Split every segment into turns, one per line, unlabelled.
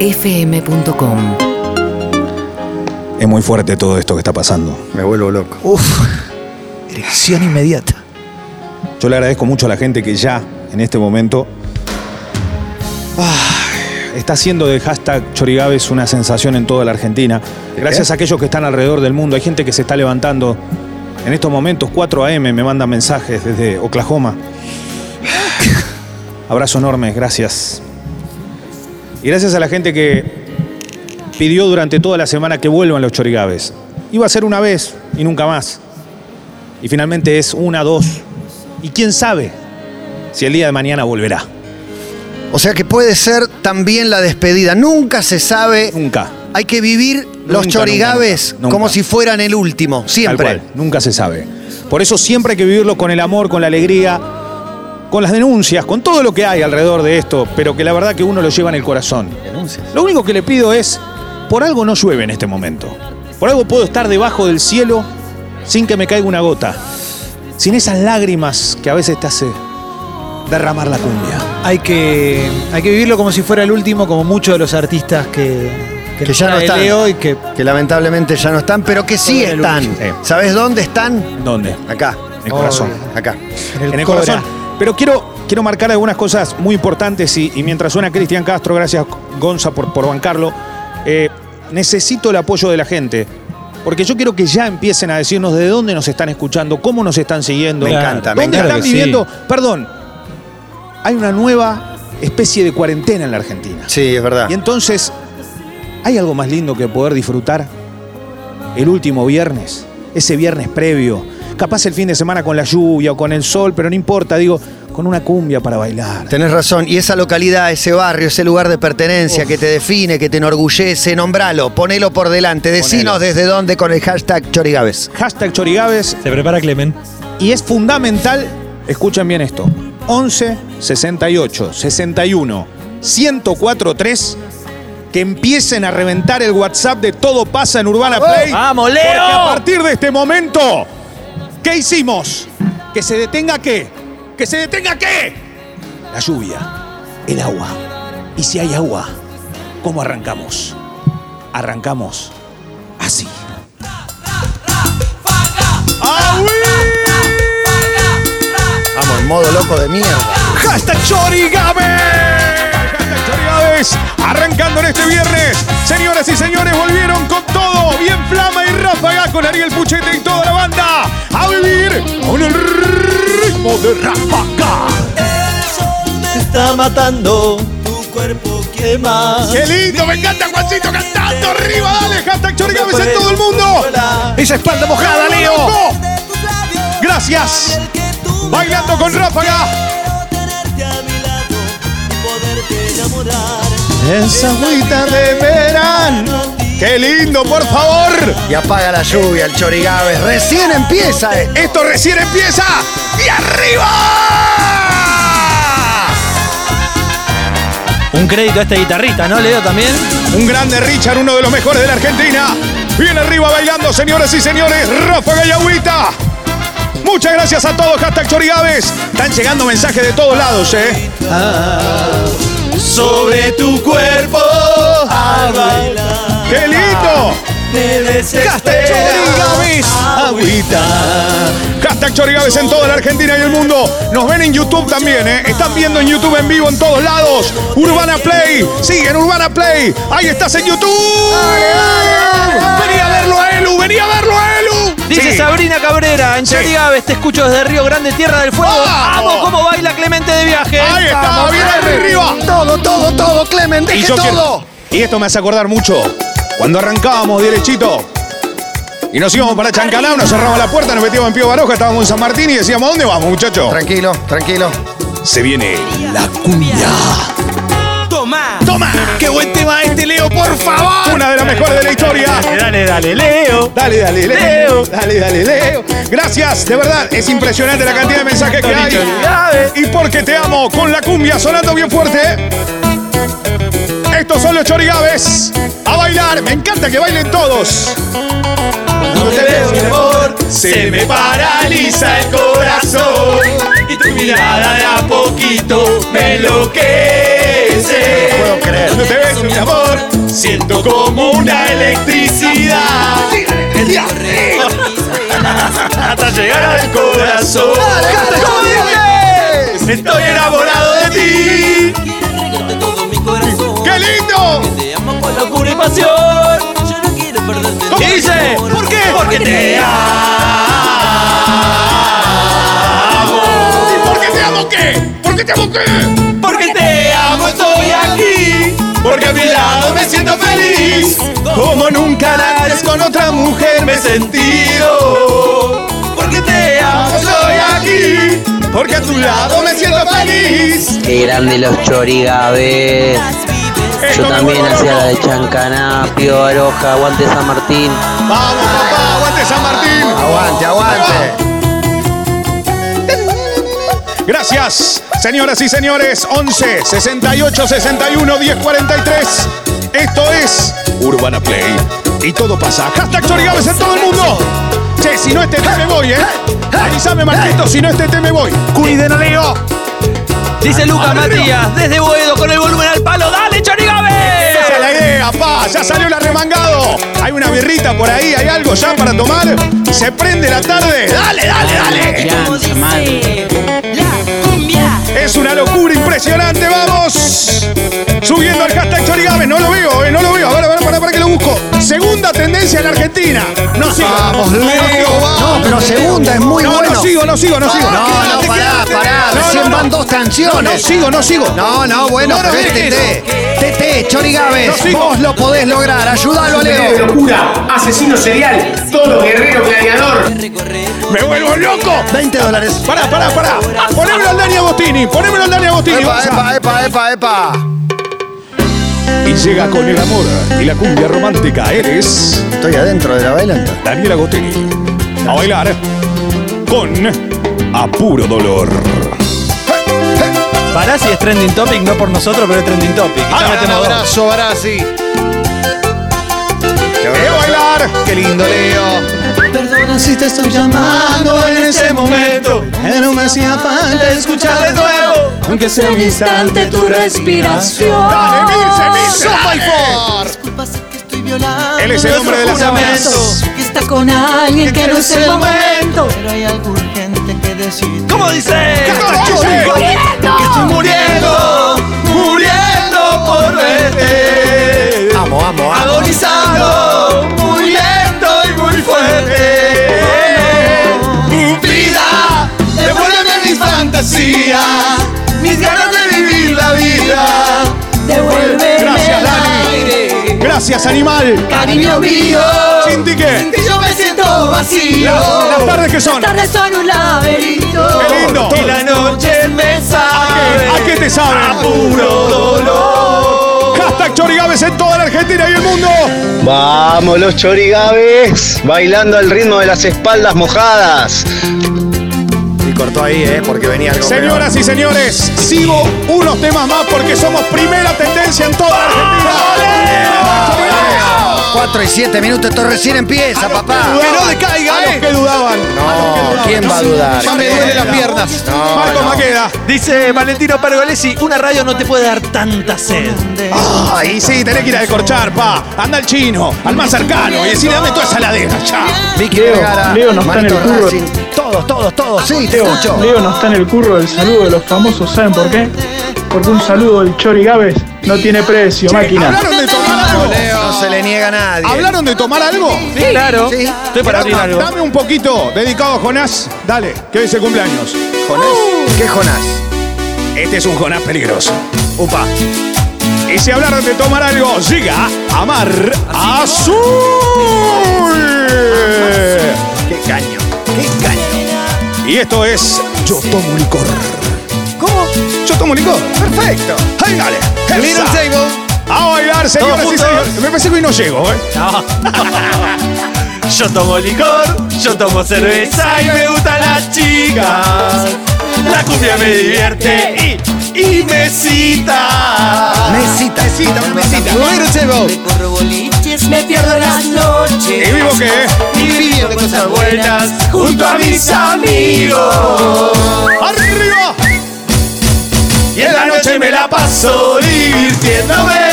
UrbanaPlayFM.com
Es muy fuerte todo esto que está pasando.
Me vuelvo loco.
Uf, erección inmediata.
Yo le agradezco mucho a la gente que ya, en este momento, ah, está haciendo del hashtag Chorigaves una sensación en toda la Argentina. Gracias a aquellos que están alrededor del mundo. Hay gente que se está levantando. En estos momentos, 4 a.m. me mandan mensajes desde Oklahoma. Abrazo enorme, gracias. Y gracias a la gente que pidió durante toda la semana que vuelvan los chorigaves. Iba a ser una vez y nunca más. Y finalmente es una, dos. Y quién sabe si el día de mañana volverá.
O sea que puede ser también la despedida. Nunca se sabe.
Nunca.
Hay que vivir los
nunca,
chorigaves
nunca, nunca.
como si fueran el último.
Tal
Siempre.
cual, nunca se sabe. Por eso siempre hay que vivirlo con el amor, con la alegría, con las denuncias, con todo lo que hay alrededor de esto, pero que la verdad que uno lo lleva en el corazón. Lo único que le pido es, por algo no llueve en este momento. Por algo puedo estar debajo del cielo sin que me caiga una gota. Sin esas lágrimas que a veces te hace derramar la cumbia.
Hay que, hay que vivirlo como si fuera el último, como muchos de los artistas que,
Que ya no
trae
están.
Leo y que
Que lamentablemente ya no están, pero que sí
Todo el
están.
último. Sí.
¿Sabes dónde están?
¿Dónde?
Acá.
En el corazón.
Acá.
en el
Cora.
corazón. Pero quiero, quiero marcar algunas cosas muy importantes y, y mientras suena Cristian Castro, gracias Gonza por, por bancarlo, eh, necesito el apoyo de la gente. Porque yo quiero que ya empiecen a decirnos de dónde nos están escuchando, cómo nos están siguiendo.
Me encanta, me
¿Dónde
encanta.
están
Claro que sí.
viviendo? Perdón, hay una nueva especie de cuarentena en la Argentina.
Sí, es verdad.
Y entonces, ¿hay algo más lindo que poder disfrutar el último viernes? Ese viernes previo. Capaz el fin de semana con la lluvia o con el sol, pero no importa, digo, con una cumbia para bailar.
Tenés razón. Y esa localidad, ese barrio, ese lugar de pertenencia que te define, que te enorgullece, nombralo, ponelo por delante. Decinos desde dónde con el hashtag Chorigaves.
Hashtag Chorigaves.
Se prepara Clemen.
Y es fundamental, escuchen bien esto, 11 68 61 104 3 que empiecen a reventar el WhatsApp de Todo pasa en Urbana Play.
Ah,
¡Vamos, Leo!
Porque a partir de este momento, ¿qué hicimos? Que se detenga qué? Que se detenga qué? La lluvia, el agua. Y si hay agua, ¿cómo arrancamos? Arrancamos así.
Vamos, en modo loco de mierda.
Hashtag Chorigabe. Hashtag Chorigaves. Arrancando en este viernes. Señoras y señores, volvieron con todo. Bien flama y ráfaga con Ariel Puchete y toda la banda. A vivir con el ritmo de ráfaga.
está matando tu cuerpo quema.
¡Qué lindo! ¡Me encanta Juancito cantando! ¡Arriba, dale! ¡Hashtag Chorigaves en todo el mundo! ¡Esa espalda mojada, Leo! ¡Gracias! ¡Bailando con ráfaga! Esa agüita de verano. ¡Qué lindo, por favor!
Y apaga la lluvia, el Chorigaves. Recién empieza esto.
¡Esto recién empieza! ¡Y arriba!
Un crédito a este guitarrista, ¿no, Leo? También.
Un grande Richard, uno de los mejores de la Argentina. Bien arriba bailando, señores y señores. Ráfaga y agüita. Muchas gracias a todos, hashtag Chorigaves. Están llegando mensajes de todos lados, ¿eh?
Sobre tu cuerpo.
Ah, ¡Qué lindo! Hashtag Chorigaves. Hashtag Chorigaves en toda la Argentina y el mundo. Nos ven en YouTube también, ¿eh? Están viendo en YouTube en vivo en todos lados. Urbana Play. Siguen Urbana Play. Ahí estás en YouTube. Vení a verlo a Elu. Vení a verlo a Elu.
Dice
Sí.
Sabrina Cabrera, en
Sí.
Chorigaves, te escucho desde Río Grande, Tierra del Fuego.
¡Vamos!
Amo cómo baila Clemente de viaje.
Ahí está, bien arriba.
Todo, todo, todo, Clemen, deje
yo quiero-
todo.
y esto me hace acordar mucho. Cuando arrancábamos derechito y nos íbamos para Chancaná, nos cerramos la puerta, nos metíamos en Pío Baroja, estábamos en San Martín y decíamos, ¿a dónde vamos, muchachos?
Tranquilo, tranquilo.
Se viene la cumbia. Toma. Toma. Qué buen tema este, Leo, por favor. Una de las mejores de la historia.
Dale, dale, Leo.
Dale, dale, Leo.
Leo.
Dale, dale, Leo. Gracias, de verdad. Es impresionante la cantidad de mensajes que hay. Y porque te amo, con la cumbia sonando bien fuerte. Estos son los chorigaves. A bailar. Me encanta que bailen todos. Cuando te veo, mi amor, se me paraliza el corazón.
Y tu mirada de a poquito me enloquece.
No puedo creer.
Me
Corriendo como una electricidad. Hasta llegar al corazón. Estoy enamorado de ti.
Quieres regalarte todo mi corazón.
¡Qué lindo!
Te amo con
Locura
locura
y pasión.
Yo no quiero perderte.
¿Cómo
de
dice?
amor.
¿Por qué? Porque te amo. ¿Por qué te amo qué? ¿Por qué te amo qué? Porque te amo, estoy aquí. Porque a mi lado me siento feliz. Como nunca antes con otra mujer me he sentido. Porque te amo, estoy aquí. Porque a tu lado me siento feliz.
Qué grande los
Eh,
chorigabes.
Esto
Yo
me
también
vuelvo
hacía
loco.
la de Chancaná, Pío Aroja, Aguante San Martín.
Vamos, papá, aguante San Martín.
Aguante, aguante.
Gracias, señoras y señores. 11 68 61 10 43. Esto es Urbana Play. Y todo pasa. Hashtag Chorigaves en todo el mundo. Che, si no este te me voy, ¿eh? Avísame, Marquito, si no este te me voy. Cuiden a Leo.
Dice Lucas
Abre,
Matías, desde Boedo con el volumen al palo. ¡Dale, Chorigabe!
Esa es la idea, pa. Ya salió el arremangado. Hay una birrita por ahí, hay algo ya para tomar. Se prende la tarde. Dale, dale, eh, dale.
Como dice la cumbia.
Es una locura impresionante, vamos. Subiendo el hashtag Chorigabe, no lo veo, eh, no lo veo. A ver, a ver, para, para que lo busco. Segunda tendencia en Argentina. No sigo.
Vamos, Leo. No, pero segunda es muy
no,
bueno.
no sigo, no sigo, no sigo.
No,
Quédate,
no, pará,
quédate.
pará.
No,
Recién
no,
van
no.
dos
No, no
canciones.
sigo, no sigo.
No, no, bueno,
No, no,
pero
dejen
es TT. TT, Chori
No
Gávez,
sigo.
vos lo podés lograr. Ayúdalo,
de
Leo.
locura, asesino serial, todo guerrero gladiador.
Me vuelvo loco.
20 dólares.
Pará, pará, pará. Ponémelo al Dani Agostini, ponémelo al Dani Agostini.
Epa,
Gonza.
epa, epa, epa, epa.
Y llega con el amor y la cumbia romántica. Eres
Estoy adentro de la bailanta.
Daniel Agostini. A bailar con Apuro Dolor.
Pará si es Ah, trending topic, no por nosotros, pero es trending topic.
Ah,
Ya metemos dos.
Barassi.
Voy a bailar.
Qué lindo, Leo.
Perdona si te estoy llamando en ese momento. No me hacía falta
escuchar de nuevo.
Aunque sea un instante tu respiración.
Dale, Mirce, Mirce. dale.
Disculpa, sé que estoy violando.
Él es el hombre de las amas.
Que está con alguien que no es el momento.
momento.
Pero hay algo urgente que decir.
¿Cómo dice?
¿Cómo dice?
Que estoy muriendo, muriendo por verte.
Amo, amo, amo.
Agonizando, muy lento y muy fuerte. Vida, devuélveme mis fantasías, mis ganas de vivir la vida.
Gracias, Dani. Gracias, animal.
Cariño mío,
Sin tique.
yo me siento vacío.
Las, las tardes que son.
Tardes son un laberinto.
Qué lindo.
Y la noche me sabe
¿A qué te saben?
a puro dolor.
Hashtag Chorigaves en toda la Argentina y el mundo.
Vamos los chorigaves, bailando al ritmo de las espaldas mojadas.
Y cortó ahí, ¿eh? Porque venía algo.
Señoras y señores, sigo unos temas más porque somos primera tendencia en toda la Argentina.
4 y 7 minutos. Esto recién empieza, papá.
Que no decaiga, eh. a los que dudaban.
No, ¿quién va a dudar?
Ya me duele las piernas.
No,
Marco
no.
Maqueda.
Dice Valentino Pergolesi, una radio no te puede dar tanta sed.
Ay, sí, tenés que ir a descorchar, pa. Anda al chino, al más cercano. Y decirle, dame toda esa ladera, ya.
Vicky Vergara,
Leo no está en el
Marito
curro.
Racing. Todos, todos, todos. Sí, te escucho.
Leo no está en el curro del saludo de los famosos, ¿saben por qué? Porque un saludo del Chori Gávez no tiene precio, máquina.
¿Hablaron de tomar algo?
No se le niega a nadie.
¿Hablaron de tomar algo?
claro.
Sí.
Estoy para abrir algo.
Dame un poquito dedicado a Jonás. Dale, que hoy es el cumpleaños.
Jonás. ¿Qué Jonás?
Este es un Jonás peligroso. Upa. Y si hablaron de tomar algo, llega a Mar
¿Ah,
Azul.
Qué caño. Qué caño.
Y esto es Yo tomo licor. ¿Cómo? Yo tomo licor.
Perfecto.
¡Ay, dale! ¡Esa! A bailar, señoras y
juntos?
señores. Me parece que hoy no llego, ¿eh?
Yo tomo licor, yo tomo cerveza y me gustan las chicas. La cumbia me divierte y, y me cita.
Mesita. Ah, Mesita, una mesita.
Me corro boliches, me pierdo las noches.
¿Y vivo qué?
Y vivo cosas buenas junto a mis amigos.
¡Arriba!
Y en la noche me la paso divirtiéndome.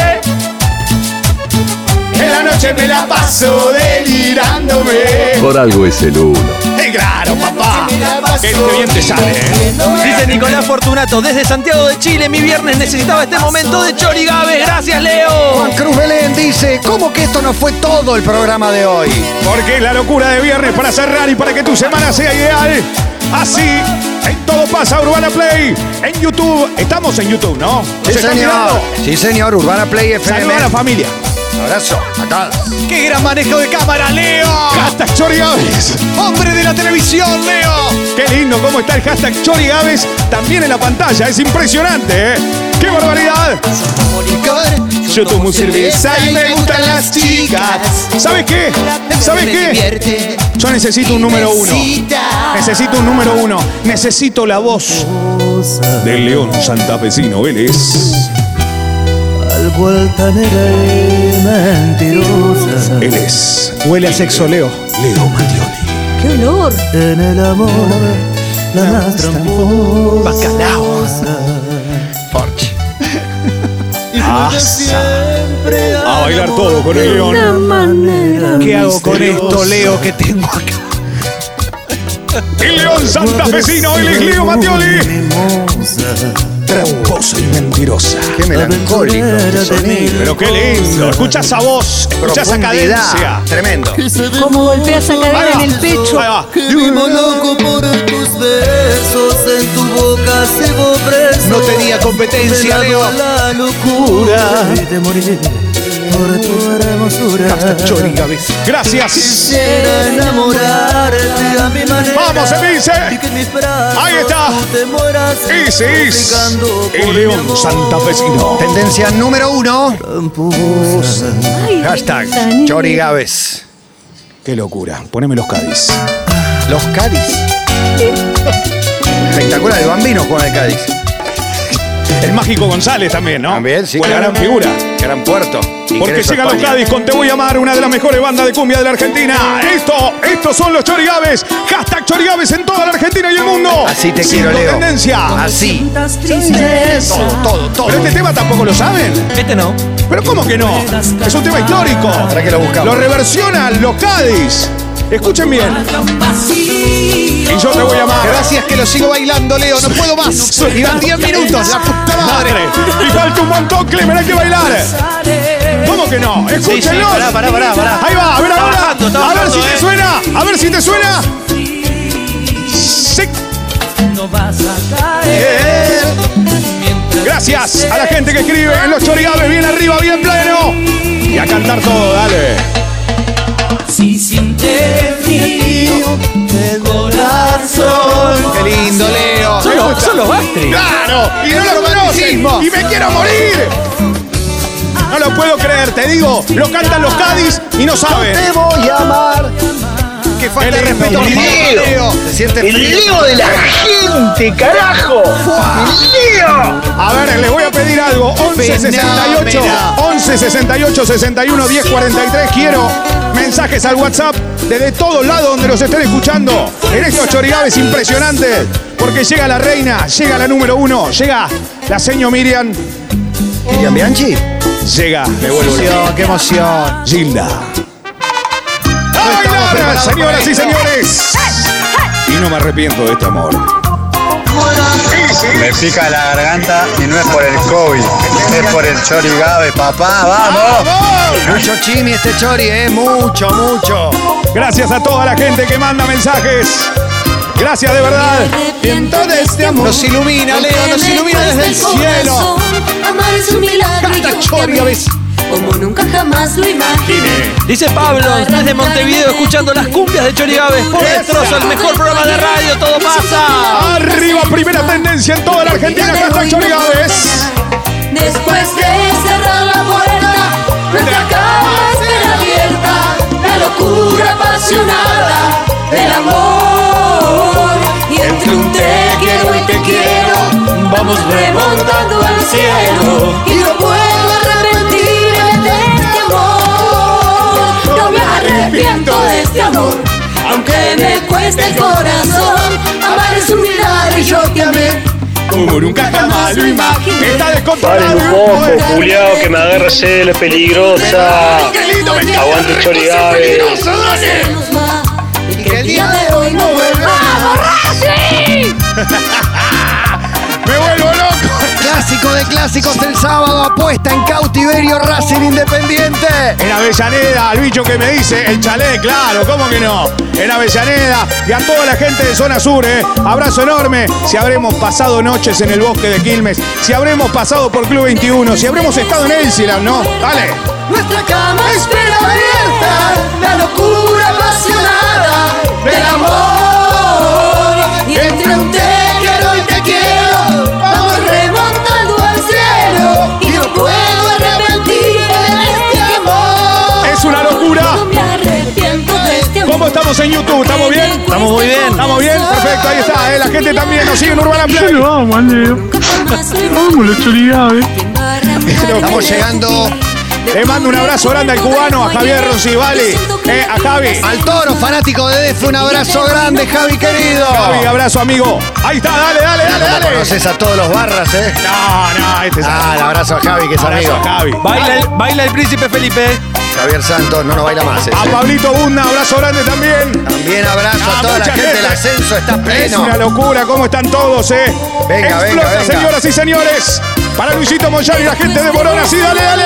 noche me la paso delirándome.
Por algo es el uno.
Eh, claro, papá. Qué qué bien te sale, ¿eh?
Dice Nicolás Fortunato, desde Santiago de Chile, mi viernes necesitaba este momento de Chorigabe. Gracias, Leo.
Juan Cruz Belén dice, ¿cómo que esto no fue todo el programa de hoy?
Porque la locura de viernes para cerrar y para que tu semana sea ideal. Así, en todo pasa Urbana Play, en YouTube. Estamos en YouTube, ¿no? ¿Nos
Sí,
están
señor.
mirando?
Sí, señor. Urbana Play FM.
Saluda a la familia.
Abrazo. Acá.
¡Qué gran manejo de cámara, Leo! ¡Hashtag Chori Gaves! ¡Hombre de la televisión, Leo! ¡Qué lindo cómo está el hashtag Chori Gaves también en la pantalla! ¡Es impresionante, eh! ¡Qué barbaridad! Yo tomo cerveza y me gustan las chicas. ¿Sabes qué? ¿Sabes qué? Yo necesito un número uno. Necesito un número uno. Necesito la voz del León Santafesino Vélez.
Algo altanera y mentirosa.
Él es
Huele a sexo, Leo.
Leo Mattioli.
¡Qué olor!
En el amor, la más tramposa.
Bacalao.
Forch.
Siempre
A bailar todo con el León.
Una manera.
¿Qué hago con esto, Leo, que tengo acá?
El León Santafesino, él es Leo Mattioli. Tramposa y mentirosa.
Qué melancólico este sonido.
Pero qué lindo. Escucha esa voz, escucha esa
Profundidad.
cadencia.
Tremendo.
Cómo golpea esa cadera en el pecho.
Ahí va.
Vivo loco por tus besos, en tu boca sigo preso.
No tenía competencia,
Pegado
Leo.
a La locura. De morir por tu hermosura.
Chori, cabeza.
Gracias.
Quisiera enamorarte a mi manera.
Vamos, se dice.
Y que en mis brazos
Ahí está.
tú te mueras
Ese es
suplicando por
el
mi
León
amor.
Santafesino.
Tendencia número uno.
Ay,
Hashtag
Dani.
Chori Gávez.
Qué locura. Poneme los Cádiz.
Los Cádiz. Espectacular. El bambino con el Cádiz.
El mágico González también, ¿no?
También, sí.
Fue la gran figura.
Gran puerto.
Porque
Ingreso a
llegan los
España.
Cádiz con Te Voy a Amar, una de las mejores bandas de cumbia de la Argentina. Esto, estos son los Chorigaves. Hashtag Chorigaves en toda la Argentina y el mundo.
Así te
Cinco
quiero, Leo.
tendencia.
Ah, Así. Todo, todo, todo.
Pero este tema tampoco lo saben.
Este no.
Pero ¿cómo que no? Es un tema histórico.
Para que lo buscamos.
Lo reversionan los Cádiz. Escuchen bien. Y yo te voy a amar.
Gracias que lo sigo bailando, Leo. No puedo más.
Soy-
Iban 10 minutos. La puta madre.
Madre. Y falta un montón, Clemen, hay que bailar. ¿Cómo que no? Escúchenlos.
pará, pará, pará, pará.
Ahí va, a ver
Está
ahora.
bajando, está
a ver
bajando,
si te
eh.
suena. A ver si te suena. Sí. Bien. Gracias a la gente que escribe en los chorigaves, bien arriba, bien pleno. Y a cantar todo, dale.
Qué lindo, Leo.
Me gusta. Claro, y no lo conocen.
romanticismo.
Y me quiero morir. No lo puedo creer, te digo. Lo cantan los Cádiz y no saben.
Te voy a amar.
Qué falta de
Qué lindo,
respeto.
lindo.
Leo. Leo.
Se siente frío.
de la gente, carajo. ¡Lío!
A ver, les voy a pedir algo. 11 68 11 68 61 10 43. Quiero mensajes al WhatsApp desde todos lados donde los estén escuchando. En estos chorigaves impresionantes. Porque llega la reina, llega la número uno, llega la señor Miriam,
Miriam Bianchi.
llega
Qué emoción, qué emoción.
Gilda. ¡A bailar, señoras y señores! Y no me arrepiento de este amor.
Me pica la garganta y no es por el COVID, es por el Chori Gabe, papá, vamos.
Mucho chimi este Chori, eh. Mucho, mucho.
Gracias a toda la gente que manda mensajes. Gracias de verdad.
este
Nos ilumina, Leo. Nos ilumina desde el cielo.
Amar es un milagro. y yo te
Chori, a
amé
veces.
Como nunca jamás lo imaginé.
Dice Pablo, desde Montevideo, escuchando las cumbias de Chorigaves por destrozo, el mejor programa de radio, todo pasa.
Arriba, primera tendencia en toda la Argentina. Hashtag Chori Gávez.
Después de cerrar la puerta, nuestra cama espera abierta. La locura apasionada del amor. Y entre un te quiero y te quiero, vamos remontando al cielo. Y no puedo arrepentirme de este amor. No me arrepiento de este amor. Aunque me cueste el corazón, amar es un milagro y yo te amé.
como nunca jamás lo imaginé. Está
Paren
descontrolado
un
y
poco,
poeta.
Juliado, que me agarra sed, es peligrosa.
¡Qué lindo me encanta!
Aguante el Chori Gávez.
¡Peligroso, Dani!
Y que el día de hoy no vuelva. ¡Vamos, Racing!
¡Me vuelvo loco!
Clásico de clásicos el sábado, apuesta en cautiverio Racing Independiente.
En Avellaneda, al bicho que me dice, el chalet, claro, ¿cómo que no? En Avellaneda y a toda la gente de Zona Sur, ¿eh? Abrazo enorme. Si habremos pasado noches en el bosque de Quilmes, si habremos pasado por Club 21, si habremos estado en Elsilam, ¿no? Dale.
Nuestra cama espera abierta, la locura apasionada del amor. Y entre un te quiero y te quiero, vamos remontando al cielo. Y no puedo arrepentirme de este amor.
¡Es una locura!
No me arrepiento de este amor.
¿Cómo estamos en YouTube? ¿Estamos bien?
Estamos muy bien.
¿Estamos bien? Perfecto, ahí está, ¿eh? La gente también nos sigue en Urbana
Yo
Play.
lo amo, Andreo. Amo los chorigaves.
Estamos llegando
Le mando un abrazo grande al cubano, a Javier Roncivali, eh, a Javi.
al toro fanático de DF. Un abrazo grande, Javi querido.
Javi, abrazo, amigo. Ahí está, dale, dale, dale,
¿Cómo
dale.
conoces a todos los barras, eh?
No, no, este es
Ah, el abrazo a Javi, que es
abrazo
amigo.
a Javi.
Baila el, baila el príncipe Felipe.
Javier Santos no nos baila más. ese.
A Pablito Bunda, abrazo grande también.
También abrazo a
Ah,
toda la
mucha
gente. El
gente.
ascenso está
Es
pleno.
una locura cómo están todos, ¿eh?
Venga, venga,
Explota,
venga.
señoras y señores. Para Luisito Moyal y la gente de Morona, sí, dale, dale.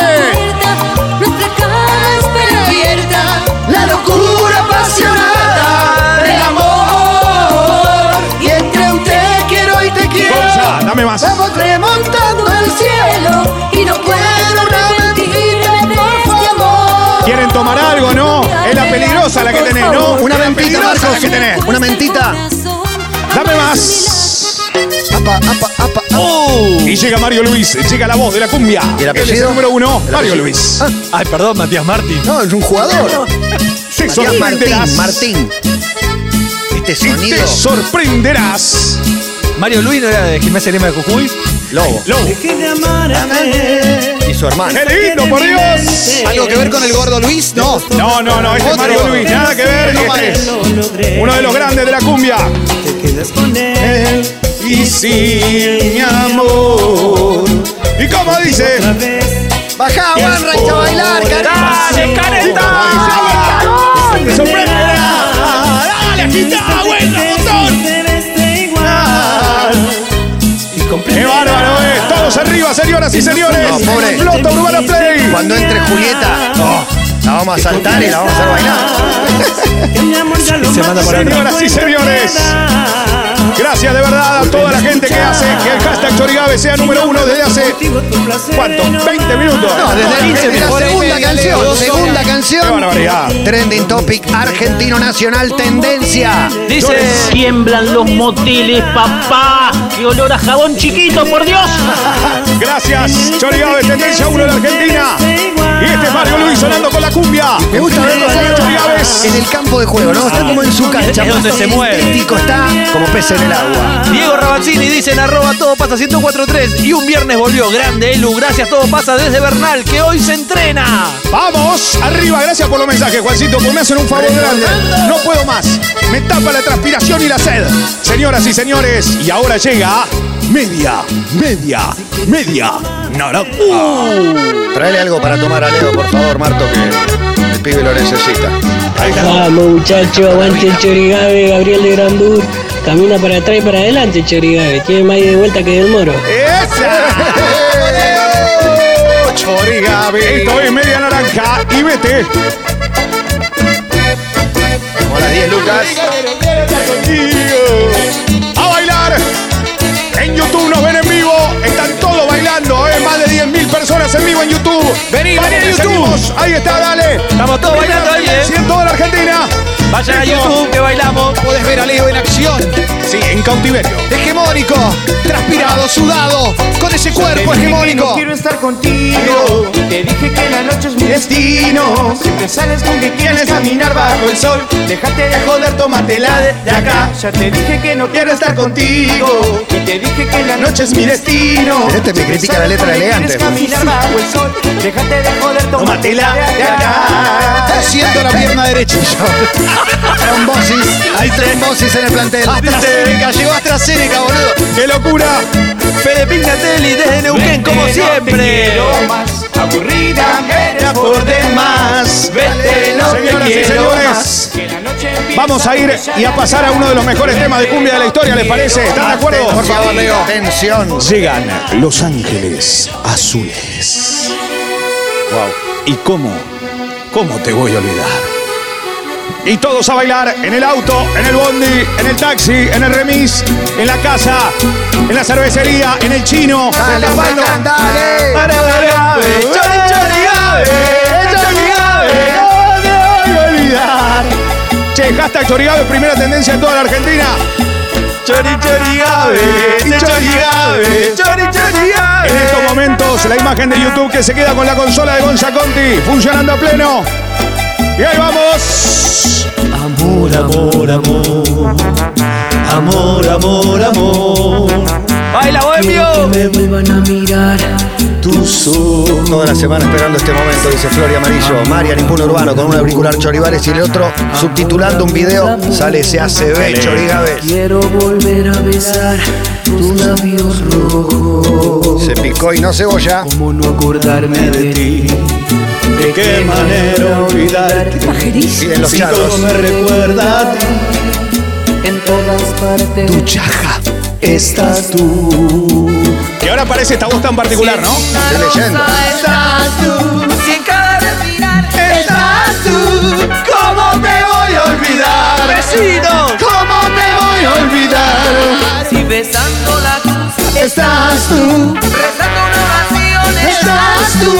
Nuestra cama espera abierta, la locura apasionada del amor. Y entre un te quiero y te quiero,
Gonza, dame más.
vamos remontando al cielo. Y no puedo arrepentirme de este amor.
¿Quieren tomar algo, no? Es la peligrosa la que tenés, ¿no?
Una
Es la
mentita,
peligrosa la
Marcos.
que tenés.
Una mentita.
Dame más.
Apa, apa, apa. apa.
Uh.
Y llega Mario Luis, llega la voz de la cumbia.
¿Y el
Él es
apellido?
número uno,
¿El
Mario
apellido?
Luis.
Ah.
Ay, perdón, Matías Martín.
No, es un jugador.
Te
Matías
sorprenderás.
Martín, Martín. Este
Y
sonido.
te sorprenderás.
Mario Luis no era de Gimnasia Lima de Jujuy.
Lobo.
Lobo.
Y su hermano.
¡Qué lindo, por Dios!
¿Algo que ver con el gordo Luis? No.
No, no, no, este es
Otro.
Mario Luis, nada que ver.
No
este
parece.
es uno de los grandes de la cumbia. Y sin mi amor. ¿Y cómo dice?
Bajá, Juanra, y a bailar, carajo.
¡Dale, careta!
¡Te sorprenderá!
¡Dale, agitá, bueno, botón!
Ah.
¡Qué bárbaro es! ¡Todos arriba, señoras y señores!
No, pobre.
¡Explota Urbana Play!
Cuando entre Julieta, no, la vamos a saltar y la vamos a hacer bailar.
Se manda por acá.
Señoras y señores, gracias de verdad a toda la gente que hace que el hashtag Chorigabe sea número uno desde hace. ¿Cuánto? ¿20 minutos?
No, desde,
Qué
desde la segunda canción, segunda canción.
barbaridad.
Trending topic argentino nacional tendencia.
Dice.
Tiemblan los moteles, papá. Y olor a jabón chiquito, por Dios.
Gracias, Chorigabe, tendencia uno de la Argentina. Y este es Mario Luis sonando con la cumbia.
Me gusta verlo a Nacho
Chorigaves.
en el campo de juego, ¿no? Está como en su cancha.
Es donde se mueve.
El tico está como pez en el agua.
Diego Rabazzini dice en arroba todo pasa 1043 y un viernes volvió grande Elu, gracias todo pasa desde Bernal que hoy se entrena.
Vamos, arriba, gracias por los mensajes, Juancito, porque me hacen un favor grande. No puedo más. Me tapa la transpiración y la sed. Señoras y señores, y ahora llega media, media, media naranja.
Traele algo para tomar a Leo, por favor, Marto, que el pibe lo necesita.
Vamos muchacho, aguante el Chorigabe, Gabriel de Grandur. Camina para atrás y para adelante, Chorigabe. Tiene más de vuelta que del moro.
¡Esa! Chorigabe. Esto es media naranja y vete.
Hola, 10 Lucas.
contigo. A bailar. En YouTube nos ven en vivo. Están todos bailando, ¿eh? Más de 10.000 personas en vivo en YouTube.
Vení,
Vamos,
vení a YouTube.
seguimos. Ahí está, dale.
Estamos todos bailando ahí, ¿eh?
Sí, en toda la Argentina.
Vayan a
Listo.
YouTube que bailamos.
Podés ver a Leo en acción.
Sí, en cautiverio.
Hegemónico, transpirado, sudado, con ese cuerpo hegemónico.
estar contigo. Te dije que la noche es muy
destino. Siempre sales con que quieres caminar bajo el sol. Déjate de joder, tómatela de, de acá. Ya te dije que no quiero estar contigo. Y te dije que la noche es mi destino.
Pero este me
Siempre
critica
sales
la letra
con que quieres
elegante.
caminar bajo el sol. Déjate de joder, tómatela de acá.
Está haciendo la pierna derecha. trombosis. Hay trombosis en el plantel.
AstraZeneca, llegó AstraZeneca, boludo. ¡Qué locura! Fede Pignatelli desde Neuquén, como siempre.
Aburrida era por demás. Vete, no te
Señoras y
quiero
señores,
más. Que la noche empieza
Vamos a ir y a pasar a uno de los mejores temas de cumbia de la historia, ¿les parece? ¿Están de acuerdo?
Por favor, Leo. Atención.
Llegan Los Ángeles Azules. Wow. ¿Y cómo? ¿Cómo te voy a olvidar? Y todos a bailar en el auto, en el bondi, en el taxi, en el remis, en la casa, en la cervecería, en el chino, en
Dale,
la mano.
Juan, dale.
Para la grave, chori, chori,
ah.
grave, chori, grave.
No te voy a olvidar. Che, hashtag Chorigabe, primera tendencia en toda la Argentina.
Chori, chori,
ah.
grave, chori, grave, chori, chori,
ah.
En
grave.
estos momentos, la imagen de YouTube que se queda con la consola de Gonza Conti funcionando a pleno. Y ahí vamos.
Amor, amor, amor. Amor, amor, amor.
¡Baila, bohemio!
me vuelvan a mirar.
Tus ojos.
Toda la semana esperando este momento, dice Flori Amarillo. Marian, impuno urbano, con un auricular Choribares y el otro subtitulando un video. Sale, se hace ve, Chorigabes.
Quiero volver a besar tus labios rojos.
Se picó y no cebolla.
Como no acordarme de ti.
De qué manera olvidarte.
Y de los
Si todo
charros.
me recuerda a ti.
En todas partes.
Tu chaja estás tú.
Y ahora aparece esta voz tan particular, ¿no?
De leyenda.
Estás tú. Si en cada respirar estás tú. ¿Cómo te voy a olvidar?
¡Vecinos!
¿Cómo te voy a olvidar?
Si besando la
Estás tú.
rezando una oración.
Estás tú.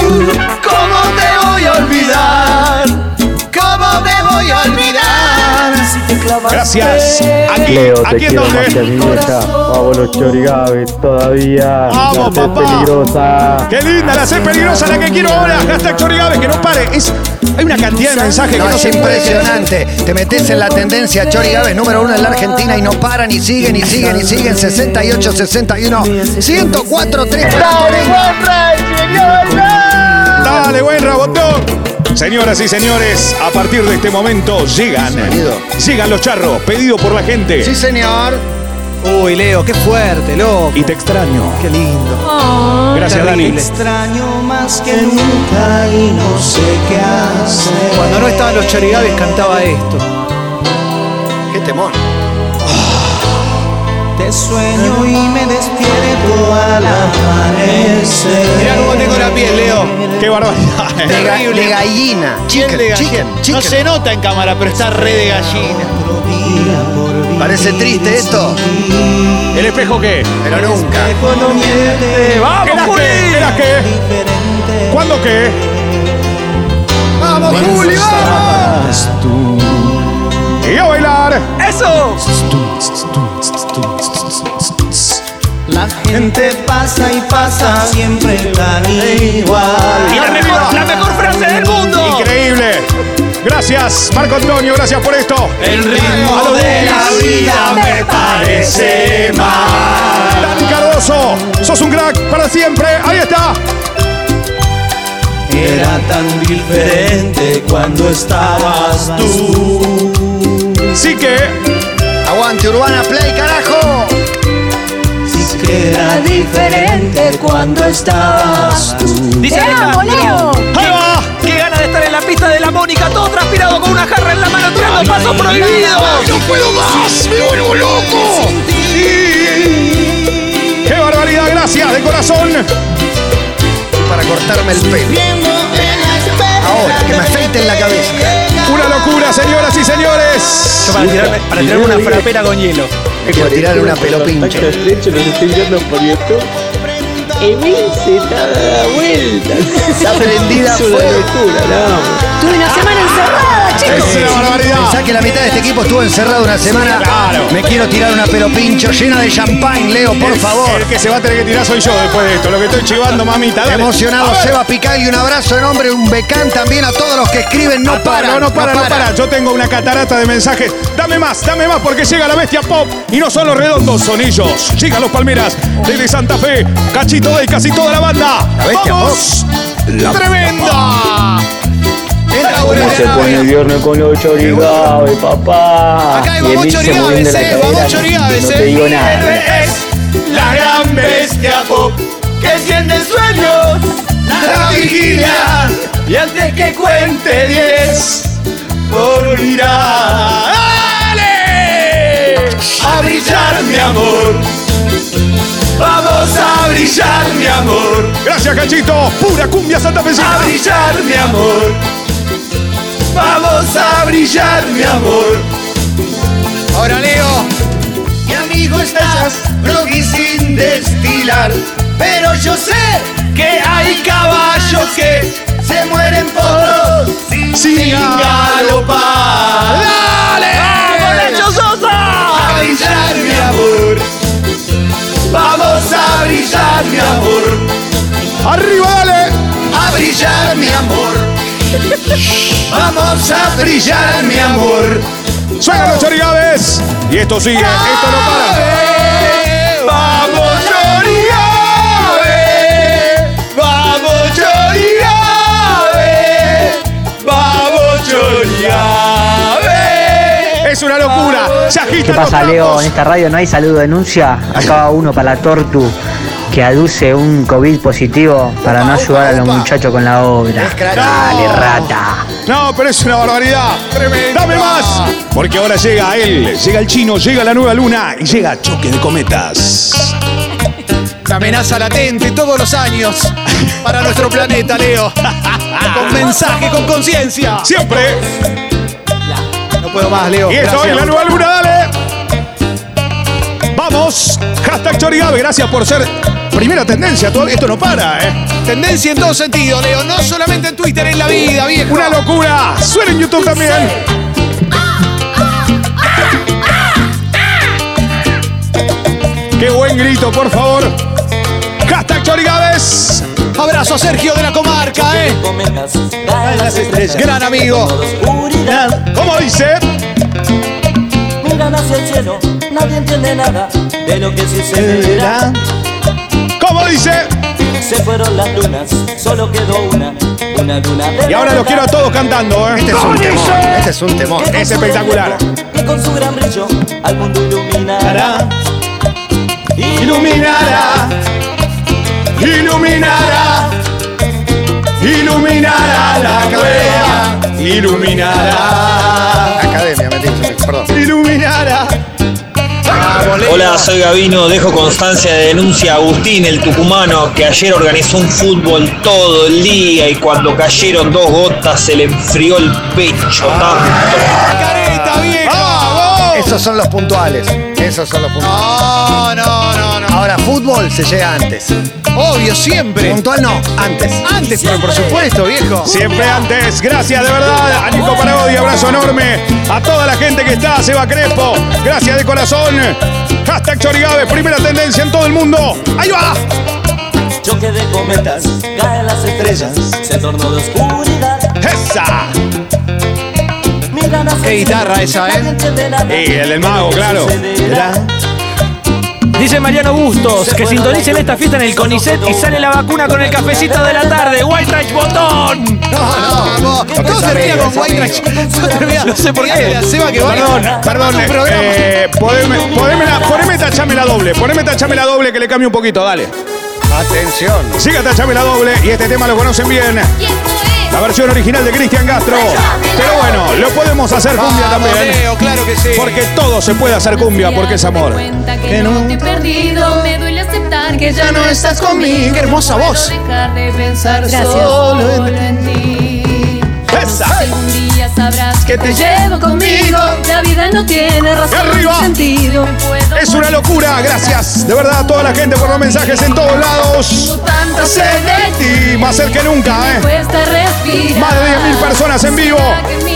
¿Cómo te voy a olvidar? ¿Cómo te voy a olvidar?
Gracias. Aquí,
Leo, te
aquí es
quiero
donde.
más que a mi vieja. Vamos los chorigaves todavía.
Vamos,
La T
papá.
peligrosa.
Qué linda, la sé peligrosa, la que quiero ahora. Hashtag Chorigabe, que no pare. Es, hay una cantidad de mensajes
No,
que no
es
se puede.
impresionante. Te metes en la tendencia Chorigaves número uno en la Argentina y no paran y siguen y siguen y siguen. 68, 61, 104, 3.
Dale, buen rabotón. Señoras y señores, a partir de este momento llegan.
Sonido.
Llegan los charros, pedido por la gente.
Sí, señor.
Uy, Leo, qué fuerte, loco.
Y te extraño.
Qué lindo.
Gracias, Dani.
Cuando no estaban los charigaves cantaba esto.
Qué temor.
Mirá cómo tengo la piel, Leo.
Qué barbaridad.
De, ga-
Terrible.
de gallina.
Piel de
Chicken,
gallina.
chicken,
No se
chicken.
nota en cámara, pero está re de gallina.
Parece triste esto,
¿El espejo qué?
pero nunca.
¿Era Ah, qué? ¿Era qué? ¿Cuándo qué?
¡Vamos, Julio!
Y a bailar.
¡Eso!
Gente pasa y pasa, siempre tan igual.
Y la mejor, la mejor frase del mundo.
Increíble. Gracias, Marco Antonio. Gracias por esto.
El ritmo de la vida me parece mal.
Dani Cardoso, sos un crack para siempre. Ahí está.
Era tan diferente cuando estabas tú.
Sí que.
Aguante, Urbana Play, carajo.
Sí que era diferente cuando estabas tú.
Dice Alejandro.
¡Ahí va!
¡Qué gana de estar en la pista de la Mónica! Todo transpirado con una jarra en la mano, tirando pasos prohibidos.
¡No puedo más! ¡Me vuelvo loco!
¡Qué barbaridad! Gracias de corazón.
Para cortarme el pelo. Ahora, que me afeiten la cabeza.
Una locura, señoras y señores.
Para tirarme, para tirarme una frapera con hielo.
Quiero tirar una pelo pincho.
Contacto estrecho, los estoy viendo por YouTube. Emilce está dada vuelta.
Está prendida a
Es una
fuego.
locura, no.
Tuve una semana encerrada,
chicos.
Es una barbaridad.
Pensá que la mitad de este equipo estuvo encerrado una semana.
Claro.
Me quiero tirar una pelo pincho llena de champán, Leo, por
El-
favor.
El que se va a tener que tirar soy yo después de esto. Lo que estoy chivando, mamita. dale.
Emocionado
A ver.
Seba Picali, un abrazo de nombre, un becán también a todos los que escriben, no
Ah,
para.
No, no para, no para. Yo tengo una catarata de mensajes. Dame más, dame más, porque llega la bestia pop. Y no son los redondos, son ellos. Llegan los palmeras. Desde Santa Fe, Cachito y casi toda la banda.
La bestia
¡Vamos! ¡Tremenda!
¿Cómo se pone el viernes con los chorigabes, papá?
Acá hay
Y el
vamos
bicho moviendo
chorigaves,
la
eh,
cadera,
vamos
no-
chorigaves,
No te
eh.
digo nada.
Es la gran bestia pop que enciende sueños, la vigilia y antes que cuente 10 morirá. ¡Dale! A brillar mi amor. Vamos a brillar mi amor. Gracias, cachito. Pura cumbia santa A brillar mi amor. Vamos a brillar mi amor.
Ahora Leo. Mi amigo estás, y sin destilar. Pero yo sé
que hay caballos que
se mueren por
sin, galopar. ¡Dale! ¡Vamos, Lecho Sosa! A brillar, mi amor. Vamos a brillar, mi amor. ¡Arriba, dale! A brillar, mi amor. Vamos a brillar, mi amor. Suenan los chorigaves. Y esto sigue, esto no para. Vamos, chorigaves. Vamos, chorigaves. Vamos, chorigaves. Es una locura. Se agitan
¿Qué pasa, ¿Eh?
los
Leo?
platos.
En esta radio no hay saludo denuncia. Acaba uno para la Tortu que aduce un COVID positivo para no ayudar a los muchachos con la obra. Dale, rata.
No, pero es una barbaridad. Tremenda. Dame más. Porque ahora llega él, llega el chino, llega la nueva luna y llega Choque de Cometas.
La amenaza latente todos los años para nuestro planeta, Leo. Con mensaje, con conciencia.
Siempre.
No puedo más, Leo.
Y esto es
Gracias.
la nueva luna, dale. Vamos. Hashtag Chorigabe, gracias por ser primera tendencia. Todo- Esto no para, ¿eh?
Tendencia en todo sentido, Leo. No solamente en Twitter, en la vida, viejo.
Una locura. Suena en YouTube también. Qué buen grito, por favor. Hashtag Chorigaves.
Abrazo a Sergio de la comarca, ¿eh?
Las estrellas.
Gran amigo.
¿Cómo dice?
Miran hacia el cielo, nadie entiende nada de lo que sucederá.
¿Cómo dice?
Se fueron las lunas, solo quedó una, una luna de
Y ahora los quiero a todos cantando, ¿eh?
Este es un temor, este es un temor.
Es espectacular.
Y con su gran brillo al mundo iluminará.
Iluminará, iluminará, iluminará la wea, iluminará,
Academia, me dice, perdón.
iluminará.
Hola, soy Gavino, dejo constancia de denuncia a Agustín, el tucumano, que ayer organizó un fútbol todo el día y cuando cayeron dos gotas se le enfrió el pecho
Ah.
tanto.
Ah,
Esos son los puntuales. Esos son los puntuales.
No, no, no, no.
Ahora, fútbol se llega antes.
Obvio, siempre.
Puntual no, antes.
Antes, pero por supuesto, viejo.
Siempre antes, gracias de verdad a Nico Paragodi, abrazo enorme a toda la gente que está, Seba Crespo, gracias de corazón. Hashtag Chorigabe, primera tendencia en todo el mundo. ¡Ahí va!
Choque de cometas, caen las estrellas, se tornó de oscuridad.
¡Esa!
Miran hacia
Qué
el cielo,
guitarra esa, ¿eh?
nadie entiende nada
Y el del mago, claro.
sucederá.
Dice Mariano Bustos que sintonicen esta fiesta en el CONICET y sale la vacuna con el cafecito de la tarde. ¡White Trash Botón!
No, no, no. Todo termina con White Trash. Todo termina.
No sé por qué.
Dígale a Seba que vaya.
Perdón, perdón.
Un programa.
eh, poneme, poneme la, poneme tachame la doble. Poneme tachame la doble que le cambie un poquito, dale.
Atención.
Siga tachame la doble y este tema lo conocen bien. La versión original de Cristian Castro. Pero bueno, lo podemos hacer cumbia
Vamos,
también.
Leo, claro que sí.
Porque todo se puede hacer cumbia porque es amor.
cuenta que, no te he perdido. Me duele aceptar que ya no estás conmigo.
Qué hermosa
Puedo
voz.
dejar de pensar
Gracias.
solo en ti.
¡Esa!
Algún día sabrás que te llevo conmigo. La vida no tiene razón
¡Arriba!
ni sentido. Me puedo
Es una locura, gracias de verdad a toda la gente por los mensajes en todos lados.
Tanto sé de ti.
Y más cerca que nunca, ¿eh?
Cuesta respirar.
Más de 10.000 personas en vivo.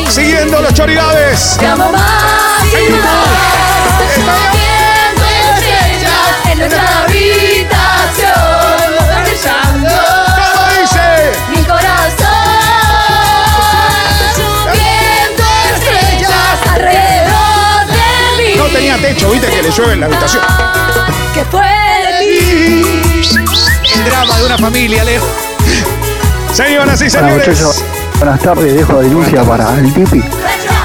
persiguiendo los chorigaves.
Te amo más y más. Te sumo viendo estrellas en nuestra habitación. Brillando.
¿Cómo dice?
Mi corazón. Viendo estrellas alrededor de mí.
No tenía techo, viste que le llueve en la habitación.
Que fue de ti.
El drama de una familia, Leo.
Señoras y
Hola muchachos,
señores.
buenas tardes, dejo la denuncia para el Tipi,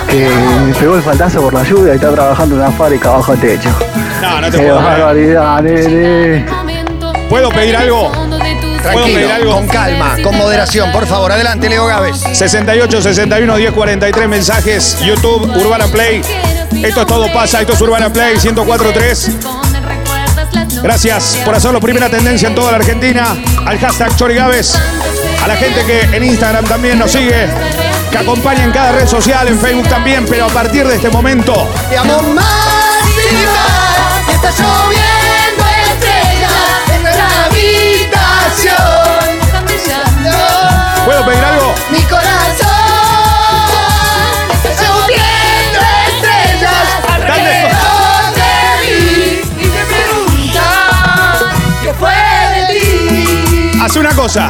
que
Eh,
me pegó el faltazo por la lluvia y está trabajando en una fábrica bajo techo.
No, no te
Qué
puedo creer.
barbaridad, eh. nene.
¿Puedo pedir algo? ¿Puedo pedir
Tranquilo,
algo?
con calma, con moderación, por favor. Adelante, Leo Gávez.
68 61 10 43 mensajes. YouTube, Urbana Play. Esto es todo pasa, esto es Urbana Play 1043. Gracias por hacerlo primera tendencia en toda la Argentina. Al hashtag Chori Gávez. A la gente que en Instagram también nos sigue. Que acompaña en cada red social, en Facebook también. Pero a partir de este momento,
Te amo más y más. Y está lloviendo estrellas en nuestra habitación. Están brillando.
¿puedo pedir algo?
Mi corazón está lloviendo estrellas alrededor de mí y me preguntan qué fue de ti.
Hace una cosa.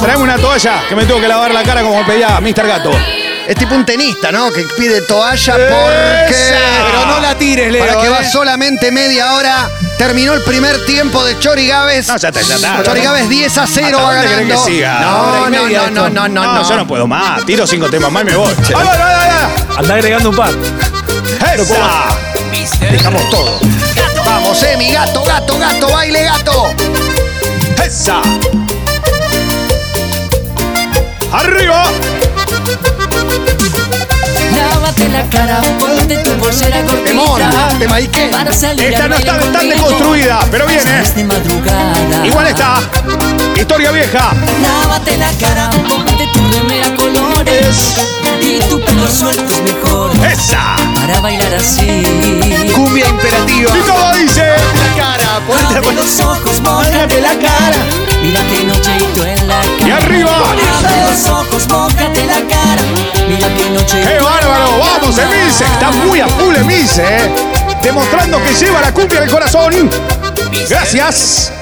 Traeme una toalla que me tengo que lavar la cara como pedía Mr. Gato.
Es Este tipo un tenista, ¿no? Que pide toalla
Esa,
porque.
Pero no la tires, Leo.
Para que va
eh.
solamente media hora. Terminó el primer tiempo de Chori Gávez.
No, ya está, ya está.
Chori Gávez 10 a 0
¿Hasta
va
dónde querés
ganando.
que siga?
No,
Hora y
no,
media
no, no,
esto.
no, no, no.
yo no puedo más. Tiro cinco temas más y me voy. che.
¡Vamos, vamos, vamos!
Andá agregando un par.
¡Esa!
Dejamos todo. Vamos, eh, mi gato, gato, gato, baile gato.
¡Esa! ¡Arriba!
Lávate la cara, ponte tu bolsera
Temón,
cortita.
tema ahí qué.
Para salir
Esta
al
no está
baile
tan
conmigo.
deconstruida, pero viene.
Es de madrugada.
Igual está. Historia vieja.
Lávate la cara, ponte tu remera colores. Y tu pelo suelto es mejor
¡Esa!
para bailar así.
Cumbia imperativa.
¿Y cómo dice?
La cara,
pues.
Abre los ojos, mójate la cara. Mira que nocheito en la cara.
¡Y arriba!
Abre los ojos, mójate la cara. Mira que noche.
¡Qué bárbaro! ¡Vamos, Emise! Está muy a full Emise, eh. Demostrando que lleva la cumbia del corazón. Gracias.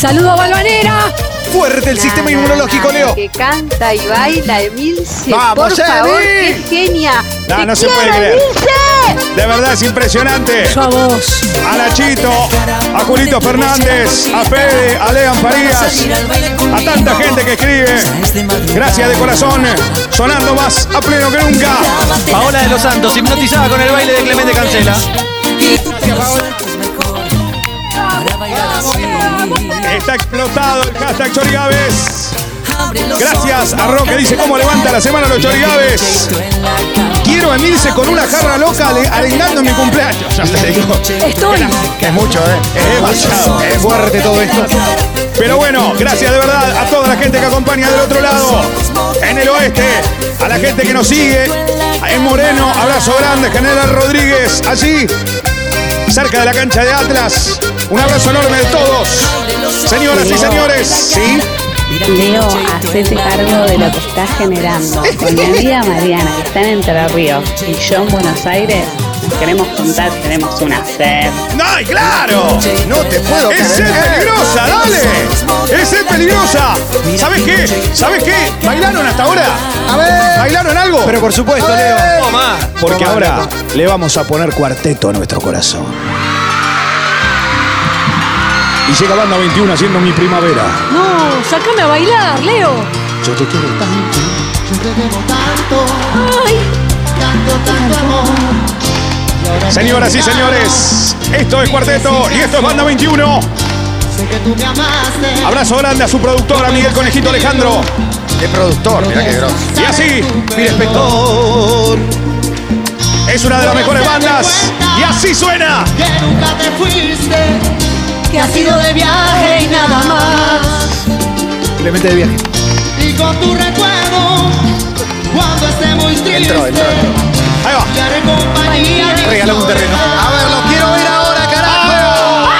Saludo Balvanera.
Fuerte el sistema inmunológico, Leo.
Que canta y baila Emilce.
Vamos,
por
Emi.
favor, qué genia.
No,
Te
no se puede
quiero,
creer.
Emilce.
De verdad es impresionante.
Yo a vos.
A Nachito, a Julito Fernández, a Fede, a Lean Farías, a tanta gente que escribe. Gracias de corazón. Sonando más a pleno que nunca.
Paola de los Santos, hipnotizada con el baile de Clemente Cancela.
Y tu pelo suelto es mejor para bailar así.
Está explotado el hashtag Chorigaves.
Abre los
Gracias
ojos,
a Roque, dice cómo levanta la semana los Chorigaves. Quiero a Emilce con una jarra loca ale- arengando en mi cumpleaños. Ya te digo.
Estoy.
Es mucho, ¿eh?
Es demasiado, es fuerte todo esto. Pero bueno, gracias de verdad a toda la gente que acompaña del otro lado, en el oeste, a la gente que nos sigue, en Moreno, abrazo grande, General Rodríguez, allí, cerca de la cancha de Atlas. Un abrazo enorme de todos, señoras y señores. Sí,
Leo, hacete cargo de lo que estás generando. Con mi amiga Mariana, que está en Entre Ríos, y yo en Buenos Aires, nos queremos juntar, tenemos una sed.
¡No, y claro!
No te puedo
¡Es
creer.
peligrosa, dale! ¡Es peligrosa! ¿Sabes qué? ¿Sabes qué? ¿Bailaron hasta ahora?
A ver.
¿Bailaron algo?
Pero por supuesto, Leo.
Toma.
Porque ahora le vamos a poner cuarteto a nuestro corazón. Y llega Banda 21 haciendo mi primavera.
No, sacame a bailar, Leo.
Yo te quiero tanto.
Ay,
Señoras y señores, esto es Cuarteto y esto es Banda 21. Abrazo grande a su productora Miguel Conejito Alejandro.
De productor, mira qué grosso.
Y así,
Mi inspector.
es una de las mejores bandas. Y así suena.
Que nunca te fuiste, que has ido de viaje y nada más.
Clemente de viaje.
Y con tu recuerdo, cuando esté muy triste,
Entró, entró, entró.
Ahí va.
te haré compañía.
Regalame un terreno.
A ver, lo quiero ver ahora, carajo.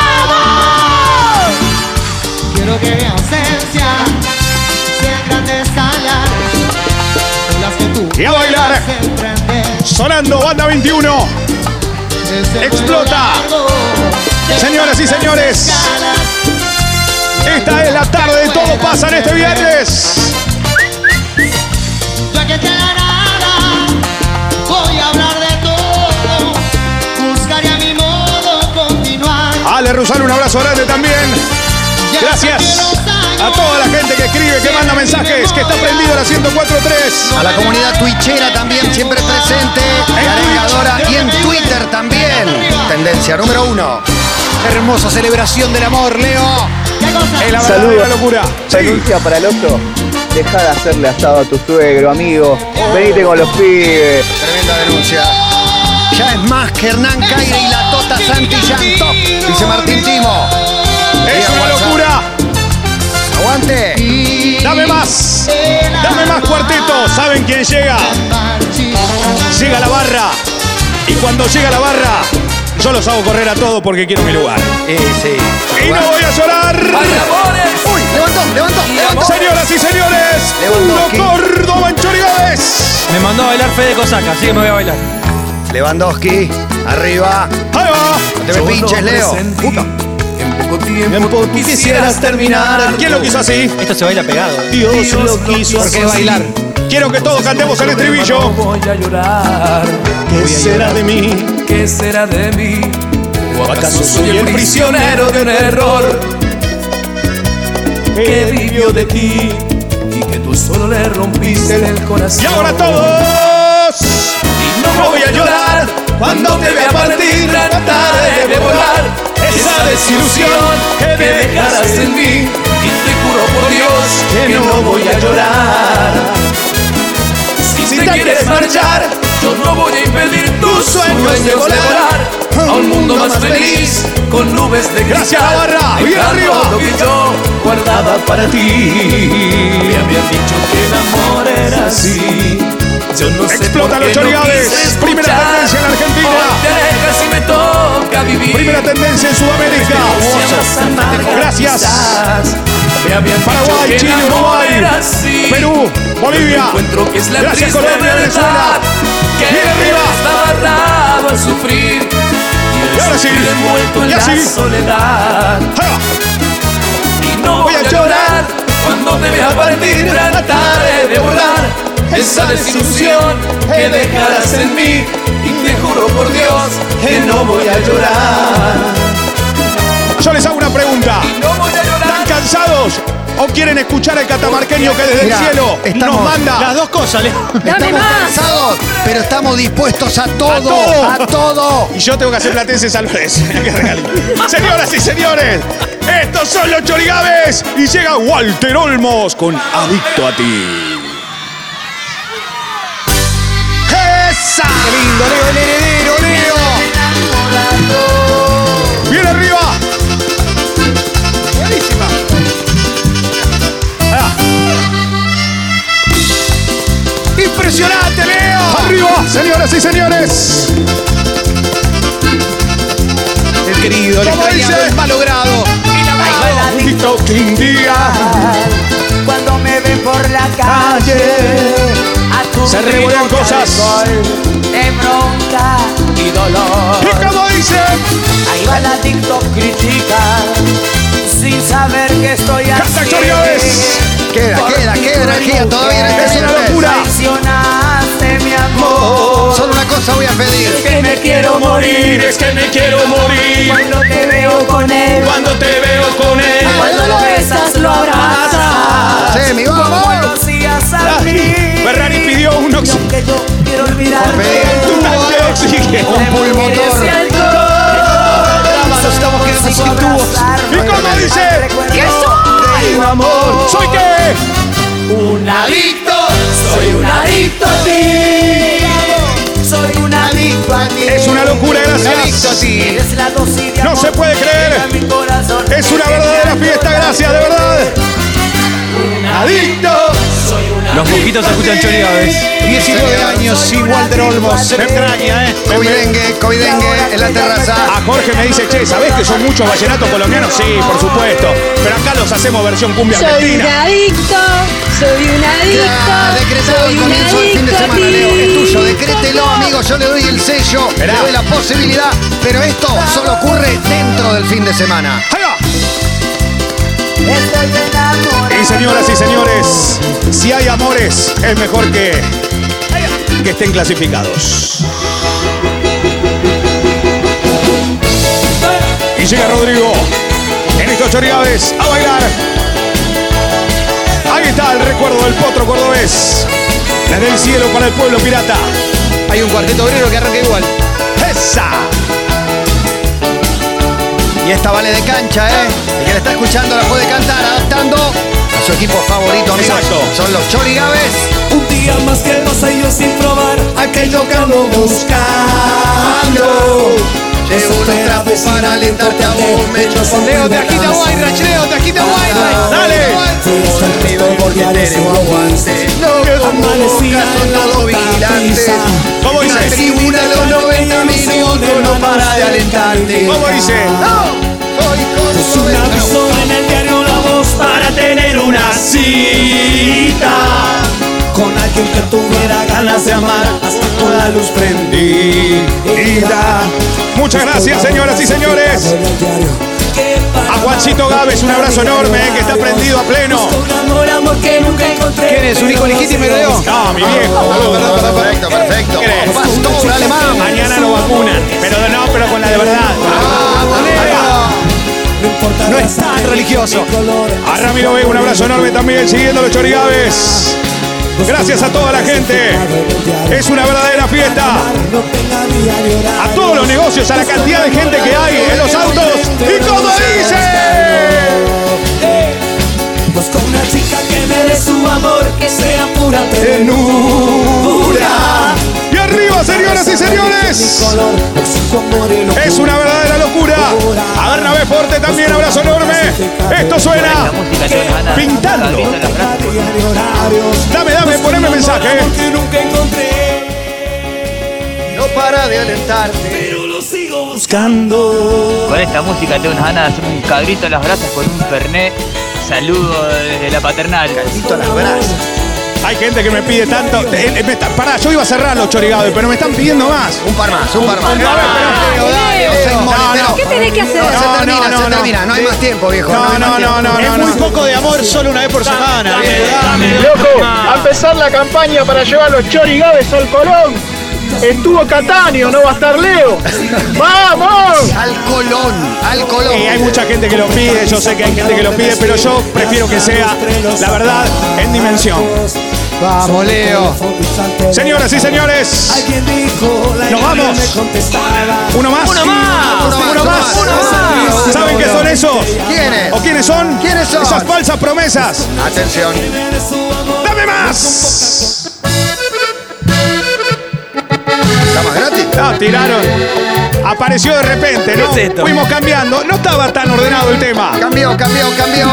Quiero que mi ausencia sean grandes alas con las que tú
Y a bailar.
puedas emprender.
Sonando, banda 21. Explota. Señoras y señores. Esta es la tarde de todo pasa en este viernes.
La que quedará, voy a hablar de todo. Buscaré a mi modo continuar.
Ale Rusal, un abrazo grande también. Gracias a toda la gente que escribe, que manda mensajes, que está prendido a la 104.3.
A la comunidad twitchera también, siempre presente. Cargadora y en Twitter también. Tendencia número uno.
Hermosa celebración del amor, Leo. Es la verdadera locura.
Renuncia para el otro. Deja de hacerle asado a tu suegro, amigo. Venite con los pibes.
Tremenda denuncia. Ya es más que Hernán Caire y la Tota Santillán Top, dice Martín Timo.
Es una locura.
Aguante.
Dame más. Dame más cuarteto. ¿Saben quién llega? Llega la barra. Y cuando llega la barra, yo los hago correr a todos porque quiero mi lugar. Y no voy a llorar.
Eh, Uy, levantó, levantó, levantó.
Señoras y señores, Lewandowski. Córdoba en Chorigaves.
Me mandó a bailar Fede Cosaca, así que me voy a bailar.
Lewandowski, arriba.
Ahí va.
No te me pinches, Leo. Puta.
Tiempo tú quisieras terminar. ¿Quién lo quiso así?
Esto se baila pegado.
¿eh?
Dios lo quiso
¿Por qué
así.
bailar?
Quiero que todos cantemos el estribillo.
Voy a llorar. ¿Qué será de mí? ¿Qué será de mí? ¿O acaso soy el prisionero de un error que vivió de ti y que tú solo le rompiste el corazón?
Y ahora todos.
No voy a llorar cuando te vea partir, trataré de borrar esa desilusión que me dejarás en mí. Y te juro por Dios que no voy a llorar. Si te quieres marchar, yo no voy a impedir tus sueños de volar a un mundo más feliz con nubes de
Gracias,
cristal.
barra.
Hay
Bien
tanto
arriba.
que yo guardaba para ti. Me habían dicho que el amor era así. Yo no sé
Explota
por qué
los
no
chorigabes.
quise
Primera
escuchar.
tendencia en Argentina.
Hoy te dejas y me toca vivir.
Primera tendencia en Sudamérica. Gracias. Paraguay, Chile, Uruguay, Perú, Bolivia.
Encuentro que es la
Gracias,
triste
Colombia,
verdad
Venezuela.
Que
Bien arriba.
está amarrado al sufrir
Y
Y, el
ahora sí.
sufrir envuelto en
Y así.
la soledad Y no voy a llorar Cuando te vea partir Trataré de volar Esa desilusión que dejarás en mí Y te juro por Dios Que no voy a llorar
Yo les hago una pregunta.
No voy a llorar
¿Están cansados o quieren escuchar al catamarqueño que desde
Mira,
el cielo
estamos-
nos manda?
Las dos cosas, Leo.
Estamos cansados, pero estamos dispuestos a todo, a
todo.
todo.
Y yo tengo que hacer platense Salvez. Qué regalito. Señoras y señores, estos son los chorigaves y llega Walter Olmos con Adicto a ti.
¡Esa!
¡Qué lindo, Leo, Leo, Leo, Leo! ¡Bien arriba! ¡Buenísima! Ahí va. ¡Impresionante, Leo!
Ah,
¡Arriba, señoras y señores!
El querido, el
¿Cómo
extrañado,
dice?
el malogrado.
Maldito que un día
Cuando me ven por la
Ah,
calle, a tu
se revolean cosas.
de bronca y dolor.
¿Y cómo dice?
Ahí va la TikTok crítica, sin saber que estoy
Hashtag Chorigaves.
Queda, queda, queda energía todavía en este
Es una
viernes.
locura.
Traicionaste mi amor.
Solo una cosa voy a pedir.
Que me quiero morir Es que me quiero morir
Cuando te veo con él,
Cuando te veo con él
cuando lo besas, lo abrazas.
Semi, vamos,
Como
vamos.
lo hacías a mí.
Ferrari pidió un oxi-
Que yo quiero olvidarte.
un tanque de oxígeno.
Un pulmotor.
Estamos que sin tubos.
¿Y cómo dice?
¿Qué soy?
amor. ¿Soy qué?
Un adicto, soy un adicto a ti. Soy un adicto a ti.
Es una locura,
Adicto a
gracias.
ti.
Eres la dosis de
No
amor
se puede
que
creer.
llega a mi corazón.
Es una verdadera fiesta, gracias, de verdad. Adicto.
Los mosquitos escuchan Chorigaves.
19 años y Walter Olmos.
Me extraña, ¿eh?
Covidengue, covidengue en la
A
terraza.
Ah, Jorge me dice, che, ¿sabés que son muchos vallenatos colombianos? Sí, por supuesto. Pero acá los hacemos versión cumbia
Soy un
argentina.
adicto, soy un adicto.
Ya, decretado
soy
el
un
comienzo del fin de
adicto a
semana, Leo.
ti.
Es tuyo, decrételo, amigo yo le doy el sello,
Esperá.
le doy la posibilidad, pero esto solo ocurre dentro del fin de semana.
Y señoras y señores, si hay amores, es mejor que, que estén clasificados. Y llega Rodrigo en estos chorigaves a bailar. Ahí está el recuerdo del potro cordobés. Desde el cielo para el pueblo pirata.
Hay un cuarteto obrero que arranca igual.
¡Esa!
Y esta vale de cancha, ¿eh? El que la está escuchando la puede cantar adaptando a su equipo favorito, amigos. Son los Chorigaves.
Un día más que pasa yo sin probar aquello que ando buscando. Llevo unos trapos para alentarte a vos, me echo sondeo, te agita Wainwright, Leo, te agita Wainwright, dale. Fui sorprendido porque tenemos aguante. No, amanecía en la vigilantes.
¿Cómo
En
dice?
La tribuna los 90 minutos no para de alentarte.
¿Cómo dice?
Puse un aviso en el diario La Voz para tener una cita con alguien que tuviera ganas de amar hasta con la luz prendida.
Muchas gracias, señoras y señores. A Juancito Gávez, un abrazo enorme, eh, que está prendido a pleno.
¿Quién es? ¿Un hijo legítimo Ah, y rodeo?
No, Ah, mi viejo. Eh,
Perfecto, perfecto.
¿Qué crees?
Pastor alemán.
Mañana lo vacunan. Pero no, pero con la de verdad. eh,
No es tan religioso.
A Ramiro Vega, un abrazo enorme también, siguiendo los chorigaves. Gracias a toda la gente. Es una verdadera fiesta. A todos los negocios, a la cantidad de gente que hay en los autos. Y como dice.
Busco Pues una chica que me dé su amor, que sea pura ternura.
Y arriba, señoras y señores. Es una verdadera locura. A Bernabé Forte también, abrazo
Pues
enorme. Esto suena pintando. Dame,
Pues
dame, poneme mensaje.
Que nunca encontré,
No para de alentarte.
pero lo sigo buscando.
Con esta música tengo unas ganas de hacerme un cabrito a las brasas con un fernet. Saludo desde la paternal.
Cabrito a las brasas.
Hay gente que me pide tanto. Eh, eh, me está- pará, yo iba a cerrar los chorigaves, pero me están pidiendo más.
Un par más, un par más.
No,
Leo, dale, no seas molestero.
¿Qué tenés que hacer?
No, se termina,
no,
se
no.
termina. No hay más tiempo, viejo.
No,
hay más
no,
tiempo.
no, no,
Es
no,
muy
no.
poco de amor solo una vez por semana.
eh.
viejo.
Loco, a empezar la campaña para llevar los chorigaves al Colón. Estuvo Cataño, no va a estar Leo. ¡Vamos!
Al Colón, al Colón.
Eh, hay mucha gente que lo pide, yo sé que hay gente que lo pide, pero yo prefiero que sea, la verdad, en dimensión.
Vamos, Leo.
Señoras y señores,
Alguien dijo la
Nos
llave
vamos.
me contestaba.
uno más.
Uno más,
Uno más.
uno más, uno más.
¿Saben qué son esos?
¿Quiénes?
¿O quiénes son?
¿Quiénes son?
Esas falsas promesas.
Atención.
¡Dame más!
¿Está más gratis?
No, Ah, tiraron. Apareció de repente, ¿no?
¿Qué es esto?
Fuimos cambiando. No estaba tan ordenado el tema.
Cambió, cambió, cambió.